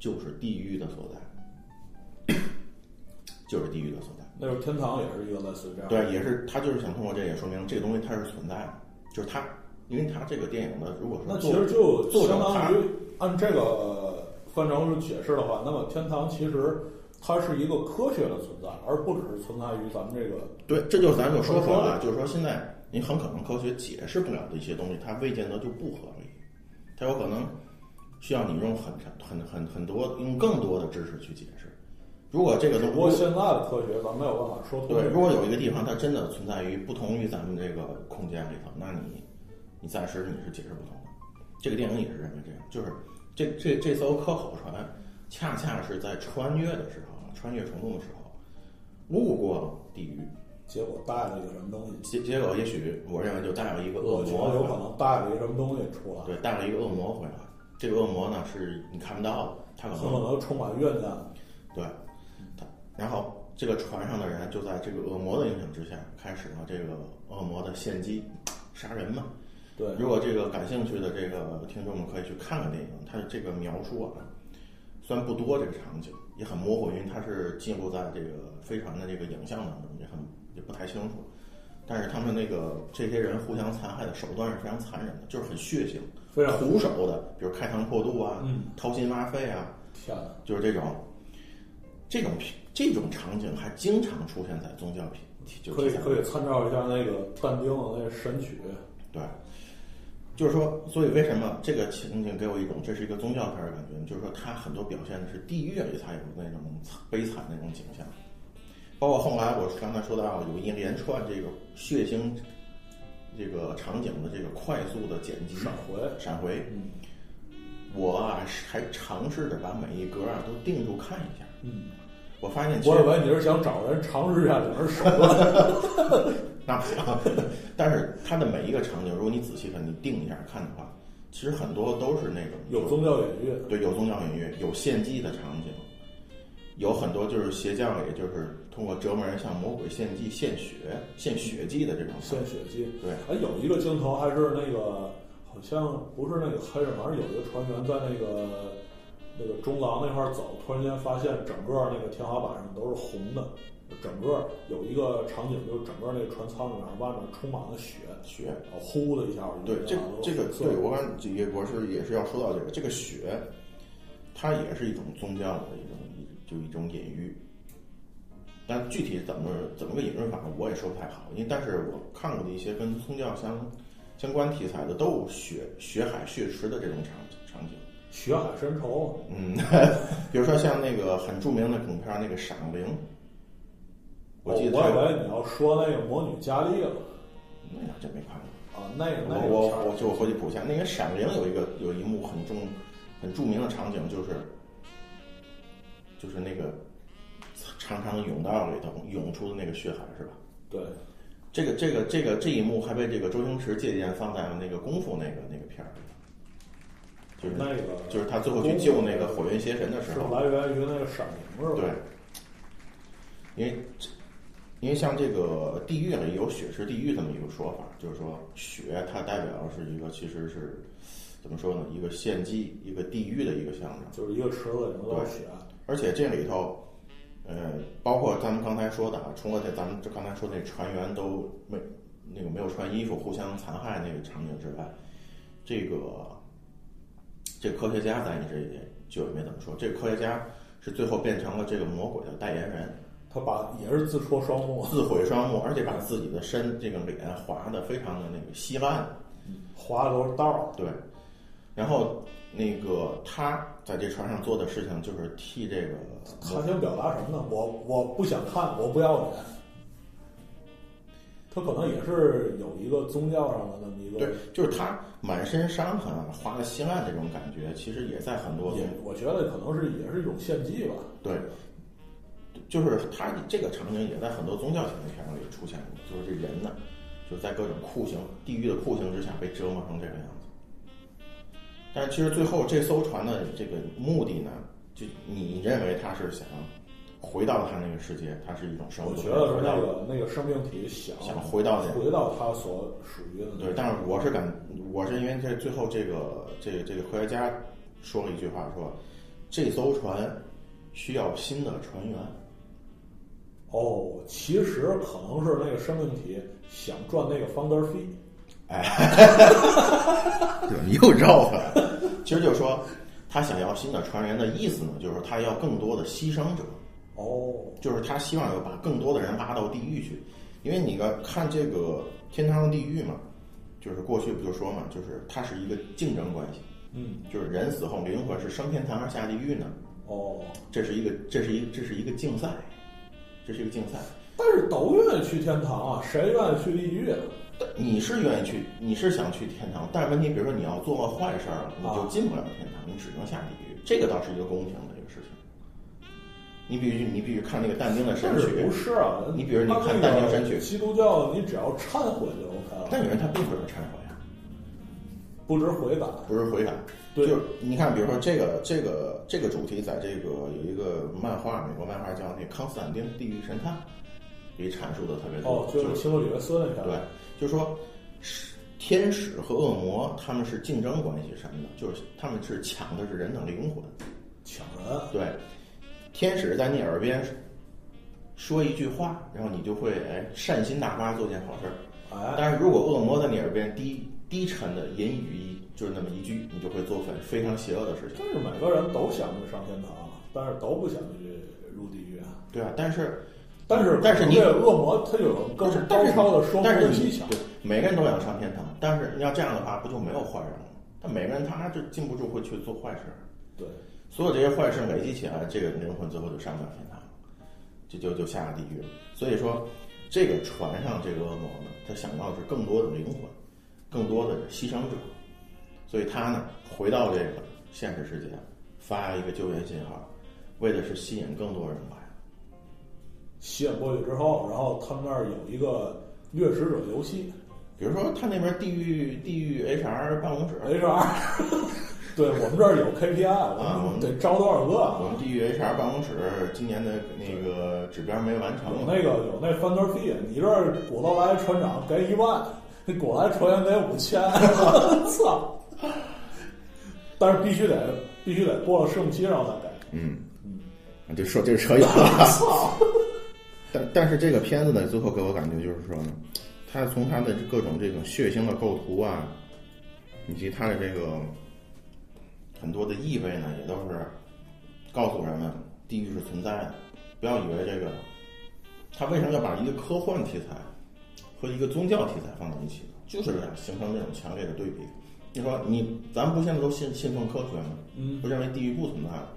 Speaker 3: 就是地狱的所在， 就是地狱的所在。
Speaker 4: 那时候天堂也是一个类似于这样的。
Speaker 3: 对，也是他就是想通过这也说明这个东西它是存在的，就是它，因为它这个电影的如果说
Speaker 4: 那
Speaker 3: 做
Speaker 4: 其实就
Speaker 3: 作者
Speaker 4: 相
Speaker 3: 他
Speaker 4: 当于按这个范畴解释的话，那么天堂其实它是一个科学的存在，而不只是存在于咱们这个
Speaker 3: 对，这就是咱就说回
Speaker 4: 说
Speaker 3: 来，
Speaker 4: 的
Speaker 3: 就是说现在你很可能科学解释不了的一些东西，它未见得就不合理，它有可能需要你用很很很很多用更多的知识去解释。如果这个
Speaker 4: 只
Speaker 3: 东
Speaker 4: 不过
Speaker 3: 西
Speaker 4: 现在的科学，咱没有办法说通
Speaker 3: 对，。如果有一个地方它真的存在于不同于咱们这个空间里头，那你你暂时你是解释不通的。这个电影也是认为这样，就是这这这艘科考船恰恰是在穿越的时候，穿越虫洞的时候，路过地狱，
Speaker 4: 结果带了一个什么东西，
Speaker 3: 结结果也许我认为就带了一个恶
Speaker 4: 我觉
Speaker 3: 魔
Speaker 4: 得有
Speaker 3: 回
Speaker 4: 可
Speaker 3: 来，
Speaker 4: 能带了一个什么东西出来，
Speaker 3: 对，带了一个恶魔回来。这个恶魔呢是你看不到的，他可
Speaker 4: 很
Speaker 3: 能
Speaker 4: 可能充满怨念。
Speaker 3: 对，他然后这个船上的人就在这个恶魔的影响之下，开始了这个恶魔的献祭，杀人嘛。
Speaker 4: 对，
Speaker 3: 如果这个感兴趣的这个听众们可以去看看电影，它的这个描述啊，虽然不多，这个场景也很模糊，因为它是记录在这个飞船的这个影像当中，也很也不太清楚。但是他们那个这些人互相残害的手段是非常残忍的，就是很血腥，
Speaker 4: 非常
Speaker 3: 徒手的，比如开膛破肚啊，
Speaker 4: 嗯
Speaker 3: 掏心挖肺啊，
Speaker 4: 天哪！
Speaker 3: 就是这种，这种这种场景还经常出现在宗教品，就
Speaker 4: 可以
Speaker 3: 题材
Speaker 4: 可以参照一下那个但丁的那神曲，
Speaker 3: 对，就是说，所以为什么这个情景给我一种这是一个宗教片儿的感觉？就是说，它很多表现的是地狱里才有那种惨悲惨那种景象，包括后来我刚才说到有一连串这个血腥这个场景的这个快速的剪辑
Speaker 4: 闪回
Speaker 3: 闪回，
Speaker 4: 嗯
Speaker 3: 我啊还尝试着把每一格啊都定住看一下，
Speaker 4: 嗯，
Speaker 3: 我发现其
Speaker 4: 我
Speaker 3: 实
Speaker 4: 以为你是想找人尝试一下里面手段。
Speaker 3: 那不行， 但是它的每一个场景，如果你仔细看，你定一下看的话，其实很多都是那种
Speaker 4: 有宗教隐喻，
Speaker 3: 对，有宗教隐喻，有献祭的场景，有很多就是邪教，也就是通过折磨人向魔鬼献祭、献血、献血祭的这种场
Speaker 4: 献
Speaker 3: 景。
Speaker 4: 血祭。
Speaker 3: 对，
Speaker 4: 哎，有一个镜头还是那个，好像不是那个黑人，反正有一个船员在那个那个中廊那块儿走，突然间发现整个那个天花板上都是红的，整个有一个场景就是整个那个船舱里面外面充满了血，
Speaker 3: 血，
Speaker 4: 然后呼的一下，
Speaker 3: 对，这
Speaker 4: 一下都
Speaker 3: 这个
Speaker 4: 红色
Speaker 3: 对我感觉也我是也是要说到这个，这个血，它也是一种宗教的一种一就是一种隐喻。但具体怎么怎么个引润法，我也说不太好，因为但是我看过的一些跟宗教相相关题材的，都有血血海血池的这种场场景。
Speaker 4: 血海深仇，
Speaker 3: 嗯，比如说像那个很著名的恐怖片儿那个《闪灵》，
Speaker 4: 我
Speaker 3: 记得
Speaker 4: 哦我
Speaker 3: 它
Speaker 4: 以
Speaker 3: 有
Speaker 4: 为你要说那个魔女佳丽了
Speaker 3: 那个真没看过。
Speaker 4: 啊，那个那
Speaker 3: 我
Speaker 4: 个
Speaker 3: 我
Speaker 4: 片儿
Speaker 3: 我就回去补一下，那个《闪灵》有一个有一幕很重很著名的场景，就是就是那个长长的甬道里头涌出的那个血海，是吧？
Speaker 4: 对
Speaker 3: 这个这个这个这一幕还被这个周星驰借鉴放在了那个功夫那个那个片儿里，就是
Speaker 4: 那个
Speaker 3: 就是他最后去救那个火云邪神的时
Speaker 4: 是
Speaker 3: 候，
Speaker 4: 来源于那个闪灵是吧？
Speaker 3: 对，因为这因为像这个地狱里有血是地狱这么一个说法，就是说血它代表的是一个其实是怎么说呢，一个献祭，一个地狱的一个象征。
Speaker 4: 就是一个池子里面都
Speaker 3: 对
Speaker 4: 是血，
Speaker 3: 而且这里头，呃，包括咱们刚才说的啊，除了这咱们这刚才说那船员都没那个没有穿衣服互相残害那个场景之外，这个这科学家咱一直也就也没怎么说，这个科学家是最后变成了这个魔鬼的代言人。
Speaker 4: 他把也是自戳双目，
Speaker 3: 自毁双目，而且把自己的身这个脸划得非常的那个稀烂，
Speaker 4: 划的都是道儿，
Speaker 3: 对。然后那个他在这船上做的事情就是替这个
Speaker 4: 他想表达什么呢？我我不想看，我不要你。他可能也是有一个宗教上的那么一
Speaker 3: 对
Speaker 4: 个，，
Speaker 3: 就是他满身伤痕啊，划得稀烂这种感觉，其实也在很多
Speaker 4: 也我觉得可能是也是一种献祭吧。
Speaker 3: 对，就是他这个场景也在很多宗教型的片子里出现过，就是这人呢，就是在各种酷刑、地狱的酷刑之下被折磨成这个样子。但其实最后这艘船的这个目的呢，就你认为他是想回到他那个世界，他是一种生
Speaker 4: 我
Speaker 3: 活，
Speaker 4: 觉得是
Speaker 3: 回
Speaker 4: 那
Speaker 3: 到
Speaker 4: 个那个生命体想
Speaker 3: 想回到那个
Speaker 4: 回到他所属于的那
Speaker 3: 对，但是我是感，我是因为这最后这个这个这个科学家说了一句话说，这艘船需要新的船员。
Speaker 4: 哦，其实可能是那个生命体想赚那个 founder fee，
Speaker 3: 你又绕了。 其实就是说，他想要新的传人的意思呢，就是他要更多的牺牲者，
Speaker 4: 哦，
Speaker 3: 就是他希望有把更多的人拉到地狱去，因为你个看这个天堂和地狱嘛，就是过去不就说嘛，就是它是一个竞争关系，
Speaker 4: 嗯，
Speaker 3: 就是人死后灵魂是升天堂还是下地狱呢？
Speaker 4: 哦，
Speaker 3: 这是一个，这是一，这是一个竞赛，这是一个竞赛。
Speaker 4: 但是都愿意去天堂啊，谁愿意去地狱啊？
Speaker 3: 但你是愿意去，你是想去天堂，但是问题，比如说你要做个坏事儿了，你就进不了天堂，你只能下地狱。这个倒是一个公平的一个事情。你比如你比如看那个但丁的神
Speaker 4: 但是
Speaker 3: 曲
Speaker 4: 不，是啊？
Speaker 3: 你比如你看但丁神曲
Speaker 4: 基督教你只要忏悔就 OK 了，
Speaker 3: 但有人他并不是忏悔啊，
Speaker 4: 不知悔改。
Speaker 3: 不是悔改。
Speaker 4: 对
Speaker 3: 就是你看，比如说这个这个这个主题，在这个有一个漫画，美国漫画叫那《康斯坦丁：地狱神探》里阐述的特别多
Speaker 4: 哦，，就是
Speaker 3: 是
Speaker 4: 希罗里维斯那片
Speaker 3: 对，就说是天使和恶魔他们是竞争关系什么的，就是他们是抢的是人的灵魂。
Speaker 4: 抢人，
Speaker 3: 对，天使在你耳边说一句话，然后你就会哎善心大发，做件好事儿。
Speaker 4: 哎，
Speaker 3: 但是如果恶魔在你耳边低低沉的言语一就是那么一句，你就会做非非常邪恶的事情。
Speaker 4: 但是每个人都想去上天堂，啊但是都不想去入地狱啊。
Speaker 3: 对啊，但是
Speaker 4: 但是，
Speaker 3: 但是你
Speaker 4: 这个恶魔他有更
Speaker 3: 但是
Speaker 4: 高
Speaker 3: 但是
Speaker 4: 超的说服
Speaker 3: 但是
Speaker 4: 的
Speaker 3: 你
Speaker 4: 技巧。
Speaker 3: 对每个人都想上天堂，但是要这样的话，不就没有坏人了吗？但每个人他就禁不住会去做坏事儿。
Speaker 4: 对，
Speaker 3: 所有这些坏事累积起来，这个灵魂最后就上不了天堂，这就就下了地狱了。所以说，这个船上这个恶魔呢，他想要的是更多的灵魂，更多的牺牲者，所以他呢回到这个现实世界，发一个救援信号，为的是吸引更多人来。
Speaker 4: 吸引过去之后，然后他们那儿有一个掠食者游戏
Speaker 3: 比如说，他那边地狱地狱 HR 办公室，
Speaker 4: HR，对 我们这儿有 KPI，我
Speaker 3: 啊
Speaker 4: 们得招多少个啊？
Speaker 3: 我们地狱 HR 办公室今年的那个指标没完成
Speaker 4: 有，那个有那翻头费，你这儿鼓捣来船长给一万，你鼓捣来船员给五千， 操！但是必须得必须得过了试用期然后再给，
Speaker 3: 嗯，就说这扯远了。
Speaker 4: 操！
Speaker 3: 但但是这个片子呢，最后给我感觉就是说呢，它从它的各种这种血腥的构图啊，以及它的这个很多的意味呢，也都是告诉人们，地狱是存在的。不要以为这个，他为什么要把一个科幻题材和一个宗教题材放在一起呢？就是想形成这种强烈的对比。你说你，咱们不现在都信信奉科学吗？
Speaker 4: 嗯，
Speaker 3: 不认为地狱不存在吗？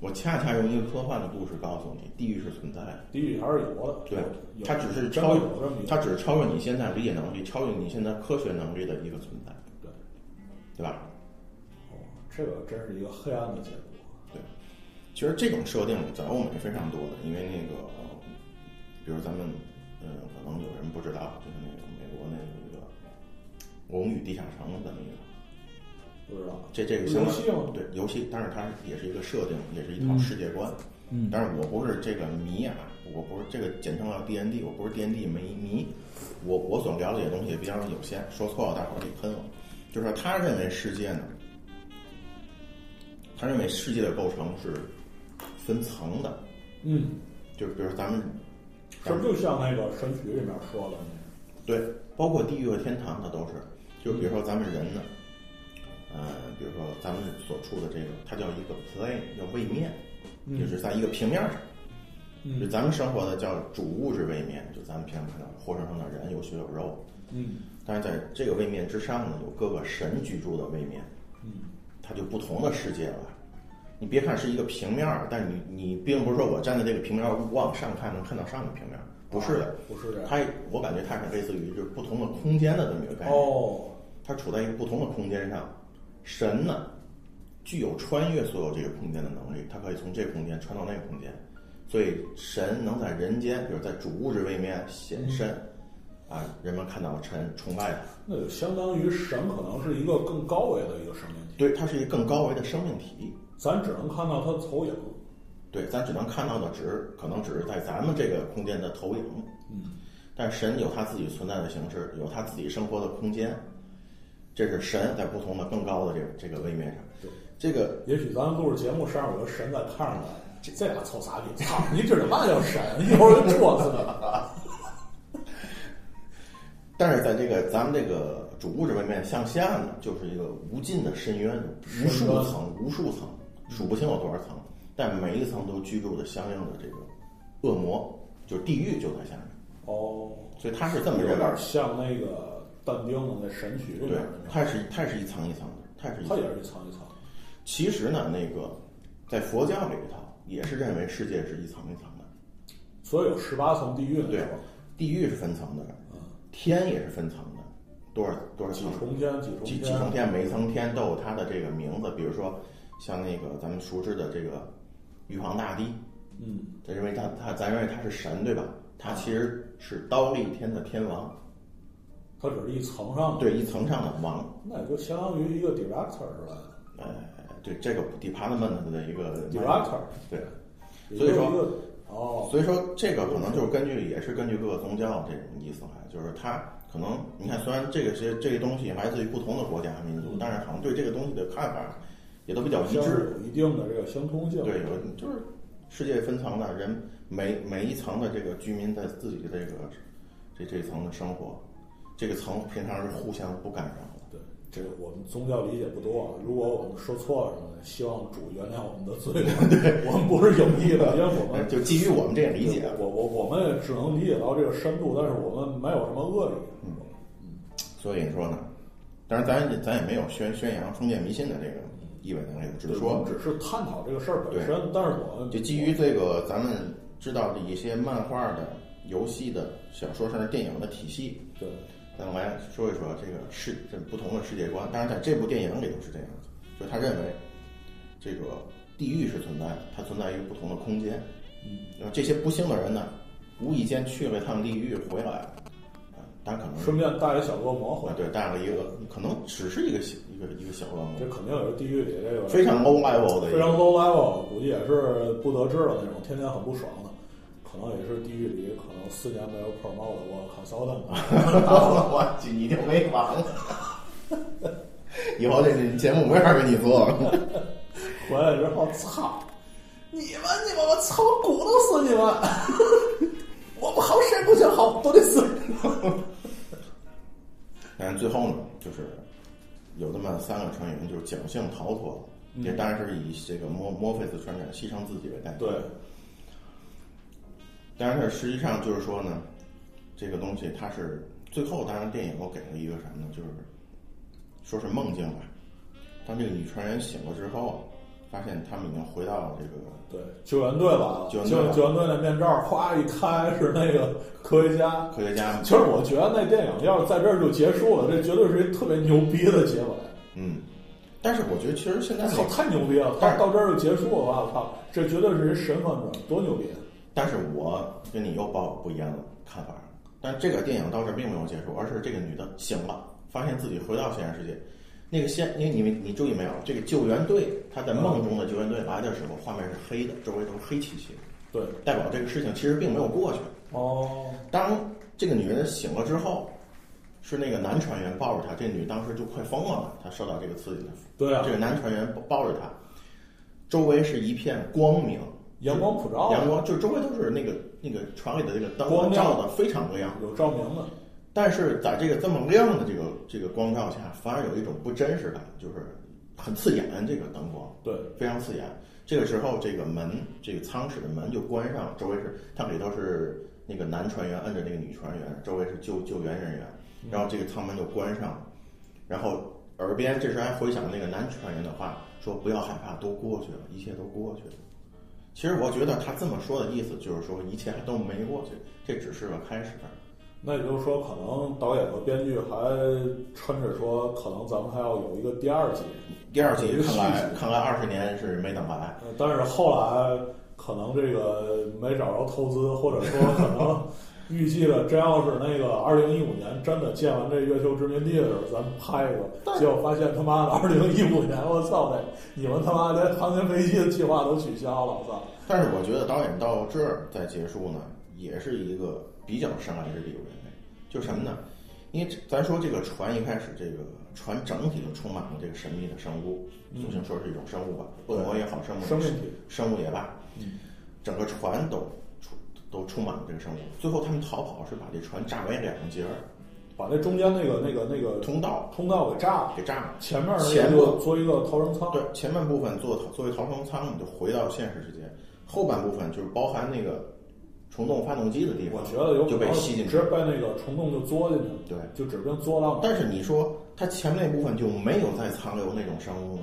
Speaker 3: 我恰恰用一个科幻的故事告诉你，地狱是存在的。
Speaker 4: 地狱还是有的，
Speaker 3: 对
Speaker 4: 有，
Speaker 3: 它只是
Speaker 4: 真
Speaker 3: 超越
Speaker 4: 的有这么一，
Speaker 3: 它只是超越你现在理解能力，超越你现在科学能力的一个存在，
Speaker 4: 对，
Speaker 3: 对吧？
Speaker 4: 哦，这个真是一个黑暗的结果。
Speaker 3: 对，其实这种设定在欧美是非常多的，因为那个，比如咱们，嗯，可能有人不知道，就是那个美国那个一个《龙与地下城》的那个，
Speaker 4: 不知道
Speaker 3: 这这个
Speaker 4: 游
Speaker 3: 相当
Speaker 4: 戏吗？
Speaker 3: 对游戏，但是它也是一个设定，也是一套世界观。
Speaker 4: 嗯
Speaker 3: 但是我不是这个迷啊，我不是这个简称叫 D N D，我不是 D N D 迷迷，我我所了解的东西也比较有限，说错了大伙儿得喷我。就是说他认为世界呢，他认为世界的构成是分层的，
Speaker 4: 嗯，
Speaker 3: 就比如咱们
Speaker 4: 是不是就像那个《神曲》里面说的那
Speaker 3: 对，包括地狱和天堂，它都是。就比如说咱们人呢，呃，比如说咱们所处的这个，它叫一个 plane，叫位面，
Speaker 4: 嗯
Speaker 3: 就是在一个平面上。
Speaker 4: 嗯
Speaker 3: 就咱们生活的叫主物质位面，就咱们平常看到活生生的人有血有肉，
Speaker 4: 嗯
Speaker 3: 但是在这个位面之上呢，有各个神居住的位面，
Speaker 4: 嗯
Speaker 3: 它就不同的世界了。你别看是一个平面儿，但你你并不是说我站在这个平面儿往上看能看到上个平面儿，不是的，
Speaker 4: 不是这样
Speaker 3: 它我感觉它是类似于就是不同的空间的这么一个概念。
Speaker 4: 哦，
Speaker 3: 它处在一个不同的空间上，神呢具有穿越所有这个空间的能力，它可以从这个空间穿到那个空间，所以神能在人间，比如在主物质位面
Speaker 4: 嗯
Speaker 3: 显身，啊，人们看到神崇拜他，
Speaker 4: 那就相当于神可能是一个更高维的一个生命体，
Speaker 3: 对，它是一个更高维的生命体，
Speaker 4: 咱只能看到它的投影。
Speaker 3: 对，咱只能看到的只是可能只是在咱们这个空间的投影，
Speaker 4: 嗯
Speaker 3: 但神有他自己存在的形式，有他自己生活的空间，这是神在不同的更高的这个这个位面上
Speaker 4: 对，
Speaker 3: 这个
Speaker 4: 也许咱录着节目，上面有个神在看着咱，这这俩臭傻 逼，操！你知道嘛叫神？一会儿就戳死你。
Speaker 3: 但是在这个咱们这个主物质位面向下呢，就是一个无尽的深渊，无数
Speaker 4: 深渊
Speaker 3: 层、无数层，数不清有多少层，但每一层都居住着相应的这个恶魔，就是地狱就在下面，
Speaker 4: 哦，
Speaker 3: 所以它是这么
Speaker 4: 有
Speaker 3: 认为
Speaker 4: 点
Speaker 3: 的。
Speaker 4: 像那个但丁的那《神曲》里
Speaker 3: 对
Speaker 4: 面的，那
Speaker 3: 它也是它也是一层一层的，它也是一
Speaker 4: 它
Speaker 3: 层。
Speaker 4: 也是一层一层。
Speaker 3: 其实呢，那个在佛教里头也是认为世界是一层一层的，
Speaker 4: 所以有十八层地狱呢，
Speaker 3: 对
Speaker 4: 是吧？
Speaker 3: 地狱是分层的，
Speaker 4: 嗯，
Speaker 3: 天也是分层的，多少多少
Speaker 4: 几
Speaker 3: 层？
Speaker 4: 重天，几重
Speaker 3: 几
Speaker 4: 天，
Speaker 3: 几重天，每一层天都有它的这个名字，比如说像那个咱们熟知的这个玉皇大帝，
Speaker 4: 嗯，
Speaker 3: 咱认为他他咱认为他是神对吧？他其实是刀立天的天王，
Speaker 4: 它只是一层上的，
Speaker 3: 对一层上的王，
Speaker 4: 那也就相当于一个 director 似的
Speaker 3: 呃，对这个 department 的一个
Speaker 4: ，director，
Speaker 3: 对，
Speaker 4: 也
Speaker 3: 所以
Speaker 4: 就是
Speaker 3: 说
Speaker 4: 一个哦，
Speaker 3: 所以说这个可能就是根据也是根据各个宗教这种意思哈，就是他可能你看虽然这个些这些东西来自于不同的国家和民族，但是好像对这个东西的看法也都比较一
Speaker 4: 像
Speaker 3: 致。
Speaker 4: 是有一定的这个相通性，
Speaker 3: 对，有就是世界分层的人，每每一层的这个居民在自己的这个这这一层的生活，这个层平常是互相不干扰的。
Speaker 4: 对，这个我们宗教理解不多，啊，如果我们说错了什么的，希望主原谅我们的罪 过。对，我们不是有意的，因为我
Speaker 3: 哎
Speaker 4: 们
Speaker 3: 就基于我们这个理解，
Speaker 4: 我我我们也只能理解到这个深度，但是我们没有什么恶意。
Speaker 3: 嗯所以说呢，当然咱也咱也没有宣宣扬封建迷信的这个意味在里头，只
Speaker 4: 对
Speaker 3: 是
Speaker 4: 我
Speaker 3: 说
Speaker 4: 们只是探讨这个事儿本
Speaker 3: 对
Speaker 4: 身，但是我们
Speaker 3: 就基于这个咱们知道的一些漫画的、游戏的、小说甚至电影的体系，
Speaker 4: 对
Speaker 3: 咱们来说一说这个世这不同的世界观。当然，在这部电影里头是这样的，就是他认为这个地狱是存在的，它存在于不同的空间。
Speaker 4: 嗯，
Speaker 3: 然后这些不幸的人呢，无意间去了一趟地狱，回来了，啊，但可能
Speaker 4: 顺便带一小恶魔回
Speaker 3: 啊
Speaker 4: 来，，
Speaker 3: 对，带了一个可能只是一个小一个一个小恶魔
Speaker 4: 这，肯定也是地狱里这个
Speaker 3: 非常 low level 的一
Speaker 4: 非常
Speaker 3: 个，
Speaker 4: low level，估计也是不得志的那种，天天很不爽的，可能也是地狱里可能四年没有 promote 我 consultant，
Speaker 3: 我去，你就没完了。以后这节目没法给你做了。
Speaker 4: 回来之后，操，你们你们，我操，我骨头死你们，我们好谁不行好都得死。
Speaker 3: 嗯但是最后呢，就是有那么三个成员就是侥幸逃脱了，也当然是以这个墨墨菲斯船长牺牲自己为代价。
Speaker 4: 对，
Speaker 3: 但是实际上就是说呢，这个东西它是最后，当然电影我给了一个什么呢？就是说是梦境吧。当这个女船员醒了之后，发现他们已经回到这个
Speaker 4: 对，救援队吧，
Speaker 3: 救
Speaker 4: 救
Speaker 3: 援队
Speaker 4: 救援队那面罩咵一开是那个科学家。
Speaker 3: 科学家，
Speaker 4: 其实我觉得那电影要是在这儿就结束了，这绝对是一特别牛逼的结尾。
Speaker 3: 嗯。但是我觉得其实现在
Speaker 4: 我
Speaker 3: 美
Speaker 4: 操，太牛逼了！
Speaker 3: 但
Speaker 4: 到
Speaker 3: 是
Speaker 4: 到这儿就结束了，我操，这绝对是一神反转，多牛逼！啊
Speaker 3: 但是我跟你又抱不一样的看法。但这个电影到这并没有结束，而是这个女的醒了，发现自己回到现实世界。那个现，因为你们你注意没有，这个救援队他在梦中的救援队来的时候，画面是黑的，周围都是黑漆漆的，
Speaker 4: 对，
Speaker 3: 代表这个事情其实并没有过去。
Speaker 4: 哦，
Speaker 3: 当这个女人醒了之后，是那个男船员抱着她，这女当时就快疯了嘛，她受到这个刺激了。
Speaker 4: 对啊
Speaker 3: 这，个男船员抱着她，周围是一片光明，
Speaker 4: 阳光普照，
Speaker 3: 阳光，就是周围都是那个那个船里的那个灯
Speaker 4: 哦光亮
Speaker 3: 照的非常亮，
Speaker 4: 有照明的，
Speaker 3: 但是在这个这么亮的这个这个光照下，反而有一种不真实感，就是很刺眼，这个灯光
Speaker 4: 对，
Speaker 3: 非常刺眼。这个时候，这个门，这个舱室的门就关上，周围是它里头是那个男船员摁着那个女船员，周围是救救援人员，然后这个舱门就关上，然后耳边这时还回响那个男船员的话，说不要害怕，都过去了，一切都过去了。其实我觉得他这么说的意思就是说，一切还都没过去，这只是个开始。
Speaker 4: 那也就是说，可能导演和编剧还抻着说，可能咱们还要有一个第二集，
Speaker 3: 第二季
Speaker 4: 有一个
Speaker 3: 看
Speaker 4: 续
Speaker 3: 来
Speaker 4: 集
Speaker 3: 看来二十年是没等来，
Speaker 4: 呃但是后来可能这个没找着投资，或者说可 能预计了，真要是那个二零一五年真的建完这月球殖民地的时候，咱们拍一个，结果发现他妈的二零一五年，我操嘞，你们他妈连航天飞机的计划都取消了，我操！
Speaker 3: 但是我觉得导演到这儿再结束呢，也是一个比较神来之笔，我认为，就是什么呢？因为这咱说这个船一开始这个船整体就充满了这个神秘的生物，就像说是一种生物吧，恶魔也好，生物也
Speaker 4: 生命体嗯
Speaker 3: 生物也罢，整个船都充都充满了这个生物。最后他们逃跑是把这船炸为两截儿，
Speaker 4: 把那中间那个那个那个
Speaker 3: 通道
Speaker 4: 通道给炸了，
Speaker 3: 给炸了。
Speaker 4: 前面那
Speaker 3: 前
Speaker 4: 个
Speaker 3: 部
Speaker 4: 就做一个逃生舱，
Speaker 3: 对，前半部分做作为逃生舱，你就回到现实世界；后半部分就是包含那个虫洞发动机的地方，
Speaker 4: 我觉得有
Speaker 3: 就
Speaker 4: 可
Speaker 3: 被
Speaker 4: 能
Speaker 3: 吸进
Speaker 4: 直
Speaker 3: 去
Speaker 4: 接。被那个虫洞就作进去了，
Speaker 3: 对
Speaker 4: 就指不定作浪了。
Speaker 3: 但是你说它前面那部分就没有再残留那种生物吗？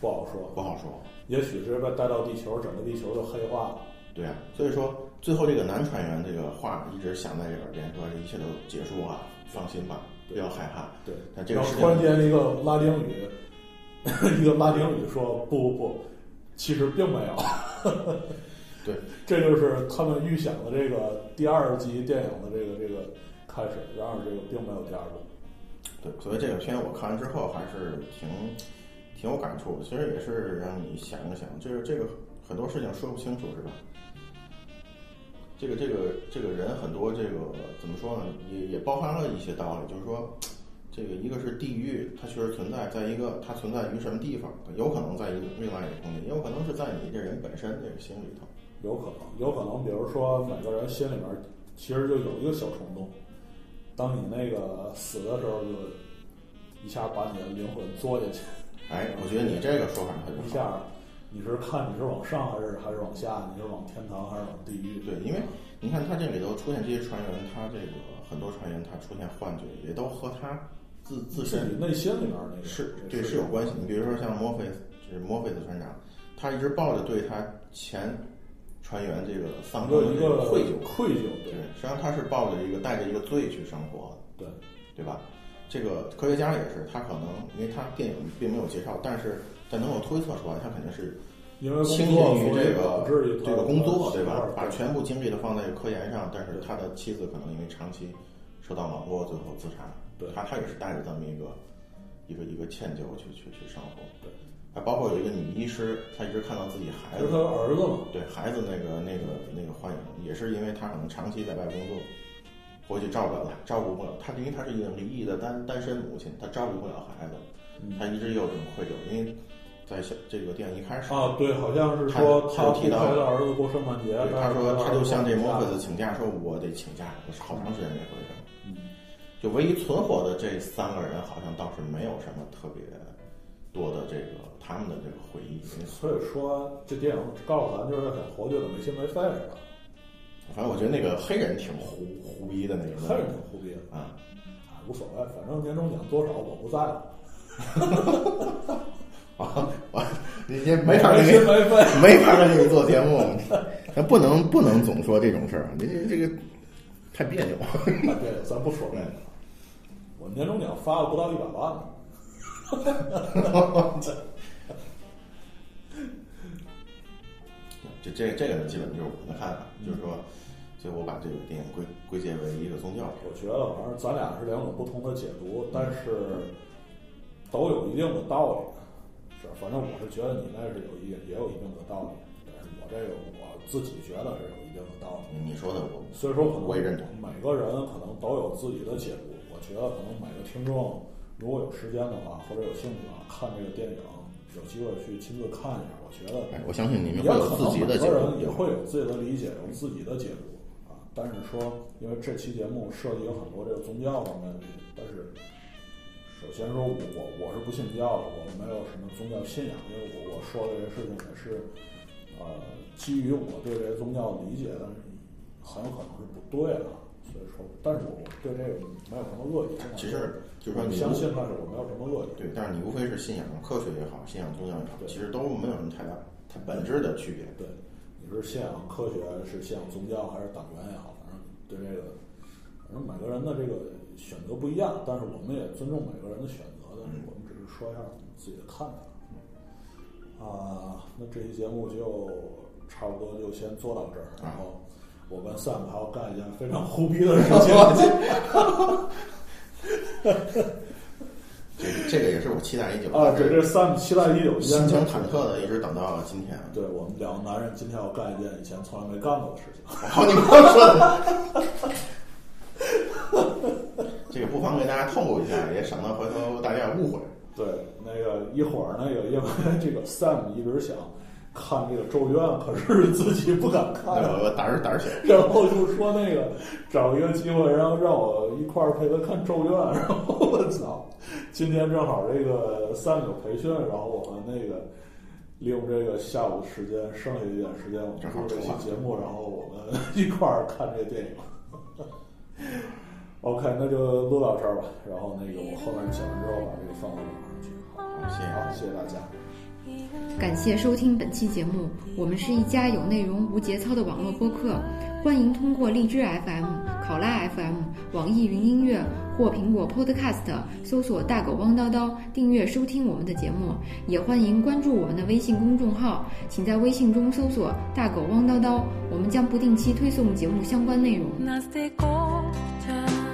Speaker 4: 不好说，
Speaker 3: 不好说。
Speaker 4: 也许是被带到地球，整个地球就黑化了。
Speaker 3: 对啊，所以说最后这个男船员这个话一直响在这耳边，说这一切都结束了，放心吧，不要害怕。
Speaker 4: 对，
Speaker 3: 但这
Speaker 4: 然
Speaker 3: 个
Speaker 4: 后
Speaker 3: 事
Speaker 4: 突然
Speaker 3: 情，
Speaker 4: 间一个拉丁语，一个拉丁语 说不不不，其实并没有。
Speaker 3: 对，
Speaker 4: 这就是他们预想的这个第二集电影的这个这个开始，然而这个并没有第二部。
Speaker 3: 对，所以这个片我看完之后还是挺挺有感触的。其实也是让你想一想，就是这个很多事情说不清楚，是吧？这个这个这个人很多，这个怎么说呢？也也包含了一些道理，就是说，这个一个是地域，它确实存在；在一个它存在于什么地方，有可能在一个另外一个空间，也有可能是在你这人本身这个心里头。
Speaker 4: 有可能，有可能，比如说每个人心里面其实就有一个小虫洞，当你那个死的时候，就一下把你的灵魂作下去，
Speaker 3: 哎，我觉得你这个说法它就
Speaker 4: 一
Speaker 3: 好。
Speaker 4: 下你是看你是往上还是还是往下，你是往天堂还是往地狱？
Speaker 3: 对，因为你看他这里头出现这些船员，他这个很多船员他出现幻觉，也都和他自自
Speaker 4: 自己
Speaker 3: 身
Speaker 4: 内心里面那个
Speaker 3: 是对是有关系。你比如说像墨菲，就是墨菲的船长，他一直抱着对他前船员这个丧
Speaker 4: 一
Speaker 3: 生
Speaker 4: 个
Speaker 3: 的
Speaker 4: 一
Speaker 3: 这个
Speaker 4: 个
Speaker 3: 愧疚，
Speaker 4: 愧疚，
Speaker 3: 对，
Speaker 4: 对
Speaker 3: 实际上他是抱着一个带着一个罪去生活的。
Speaker 4: 对
Speaker 3: 对吧？这个科学家也是，他可能因为他电影并没有介绍，但是但能够推测出来，他肯定是
Speaker 4: 因为工
Speaker 3: 倾
Speaker 4: 作
Speaker 3: 心于
Speaker 4: 所以
Speaker 3: 这
Speaker 4: 导
Speaker 3: 个
Speaker 4: 致于他
Speaker 3: 这个工作，
Speaker 4: 的
Speaker 3: 对吧？把
Speaker 4: 对
Speaker 3: 全部精力都放在科研上，但是他的妻子可能因为长期受到网络，最后自杀。
Speaker 4: 对
Speaker 3: 他他也是带着这么一个一个一个歉疚去去去生活。
Speaker 4: 对，
Speaker 3: 还包括有一个女医师，她一直看到自己孩
Speaker 4: 其
Speaker 3: 子
Speaker 4: 实他的儿子嘛，
Speaker 3: 对孩子那个那个那个幻影，也是因为他可能长期在外工作，回去照顾不了照顾不了他，因为他是一个离异的单单身母亲，他照顾不了孩子，他一直有这种愧疚，因为在小这个电影一开始，
Speaker 4: 啊，对，好像是说
Speaker 3: 他
Speaker 4: 他
Speaker 3: 他提到
Speaker 4: 不陪他儿子过圣诞节，
Speaker 3: 对
Speaker 4: 但
Speaker 3: 他
Speaker 4: 是
Speaker 3: 说他
Speaker 4: 儿
Speaker 3: 就
Speaker 4: 子
Speaker 3: 向这
Speaker 4: 放
Speaker 3: 摩
Speaker 4: 假
Speaker 3: 菲
Speaker 4: 了
Speaker 3: 斯请假，说我得请假，我是好长时间没回去了。就唯一存活的这三个人，好像倒是没有什么特别多的这个他们的这个回忆。因为
Speaker 4: 所以说，这电影告诉咱就是很活就得没心没肺是吧？
Speaker 3: 反正我觉得那个黑人挺胡胡逼的那个
Speaker 4: 黑人挺胡逼的，
Speaker 3: 啊，
Speaker 4: 啊，无所谓，反正年终奖多少我不在乎，
Speaker 3: 啊，我你你没法
Speaker 4: 没
Speaker 3: 给你
Speaker 4: 心没肺。
Speaker 3: 没法给你做节目，咱不能不能总说这种事儿，你这这个太别扭。
Speaker 4: 啊，对，咱不
Speaker 3: 嗯
Speaker 4: 说这个。我年终奖发了不到一百万呢。
Speaker 3: 这这这个呢，基本就是我的看法，就是说，所以我把这个电影归归结为一个宗教片。
Speaker 4: 我觉得反正咱俩是两种不同的解读，但是都有一定的道理。是，反正我是觉得你那是有一也有一定的道理，但是我这个我自己觉得是有一定的道理。
Speaker 3: 你说的我
Speaker 4: 所以说，可能
Speaker 3: 我也认同
Speaker 4: 每个人可能都有自己的解读。我觉得可能每个听众如果有时间的话，或者有兴趣啊，看这个电影，有机会去亲自看一下。我觉得
Speaker 3: 哎，我相信你
Speaker 4: 也
Speaker 3: 们
Speaker 4: 可
Speaker 3: 会
Speaker 4: 能
Speaker 3: 有自己的解
Speaker 4: 每个人也
Speaker 3: 读。
Speaker 4: 会有自己的理解，有自己的解读啊。但是说，因为这期节目涉及有很多这个宗教方面的东西，但是首先说我我我是不信教的，我没有什么宗教信仰，因为我我说这些事情也是呃基于我对这些宗教的理解，但是很有可能是不对的。所以说，但是我对这个没有什么恶意。
Speaker 3: 其实就是说
Speaker 4: 我
Speaker 3: 你
Speaker 4: 相信，但是我没有什么恶意。
Speaker 3: 对，但是你无非是信仰科学也好，信仰宗教也好，
Speaker 4: 对
Speaker 3: 其实都没有什么太大太本质的区别。
Speaker 4: 对，你是信仰科学，是信仰宗教，还是党员也好，反正对这个，反正每个人的这个选择不一样，但是我们也尊重每个人的选择，但是我们只是说一下我们自己的看法。啊，那这期节目就差不多就先做到这儿，然后我跟 Sam 还要干一件非常胡逼的事情。
Speaker 3: 这这个也是我期待已久的
Speaker 4: 啊，这这 Sam 期待已久，
Speaker 3: 心情忐忑的，一直等到了今天。
Speaker 4: 对我们两个男人今天要干一件以前从来没干过的事情。
Speaker 3: 好， 你不要说的。这个不妨给大家透露一下，也省得回头大家误会。
Speaker 4: 对，那个一会儿那个， 因为这个 Sam 一直想看这个《咒怨》，可是 自己不敢
Speaker 3: 那
Speaker 4: 看，
Speaker 3: 我我胆儿胆儿小，
Speaker 4: 然后就说那个找一个机会，然后让我一块儿陪他看《咒怨》， 然后我操，今天正好这个 Sam 有培训，然后我们那个利用这个下午时间，剩下一点时间，我们录这期节目，然后我们 一块儿看这个电影。OK，那就录到这儿吧。然后那个我后面讲完之后，把这个放到网上去。好
Speaker 3: 谢谢。
Speaker 4: 好，谢谢大家。
Speaker 5: 感谢收听本期节目，我们是一家有内容无节操的网络播客，欢迎通过荔枝 FM、考拉 FM、网易云音乐或苹果 Podcast 搜索“大狗汪叨叨”订阅收听我们的节目，也欢迎关注我们的微信公众号，请在微信中搜索“大狗汪叨叨”，我们将不定期推送节目相关内容。
Speaker 6: nas de gota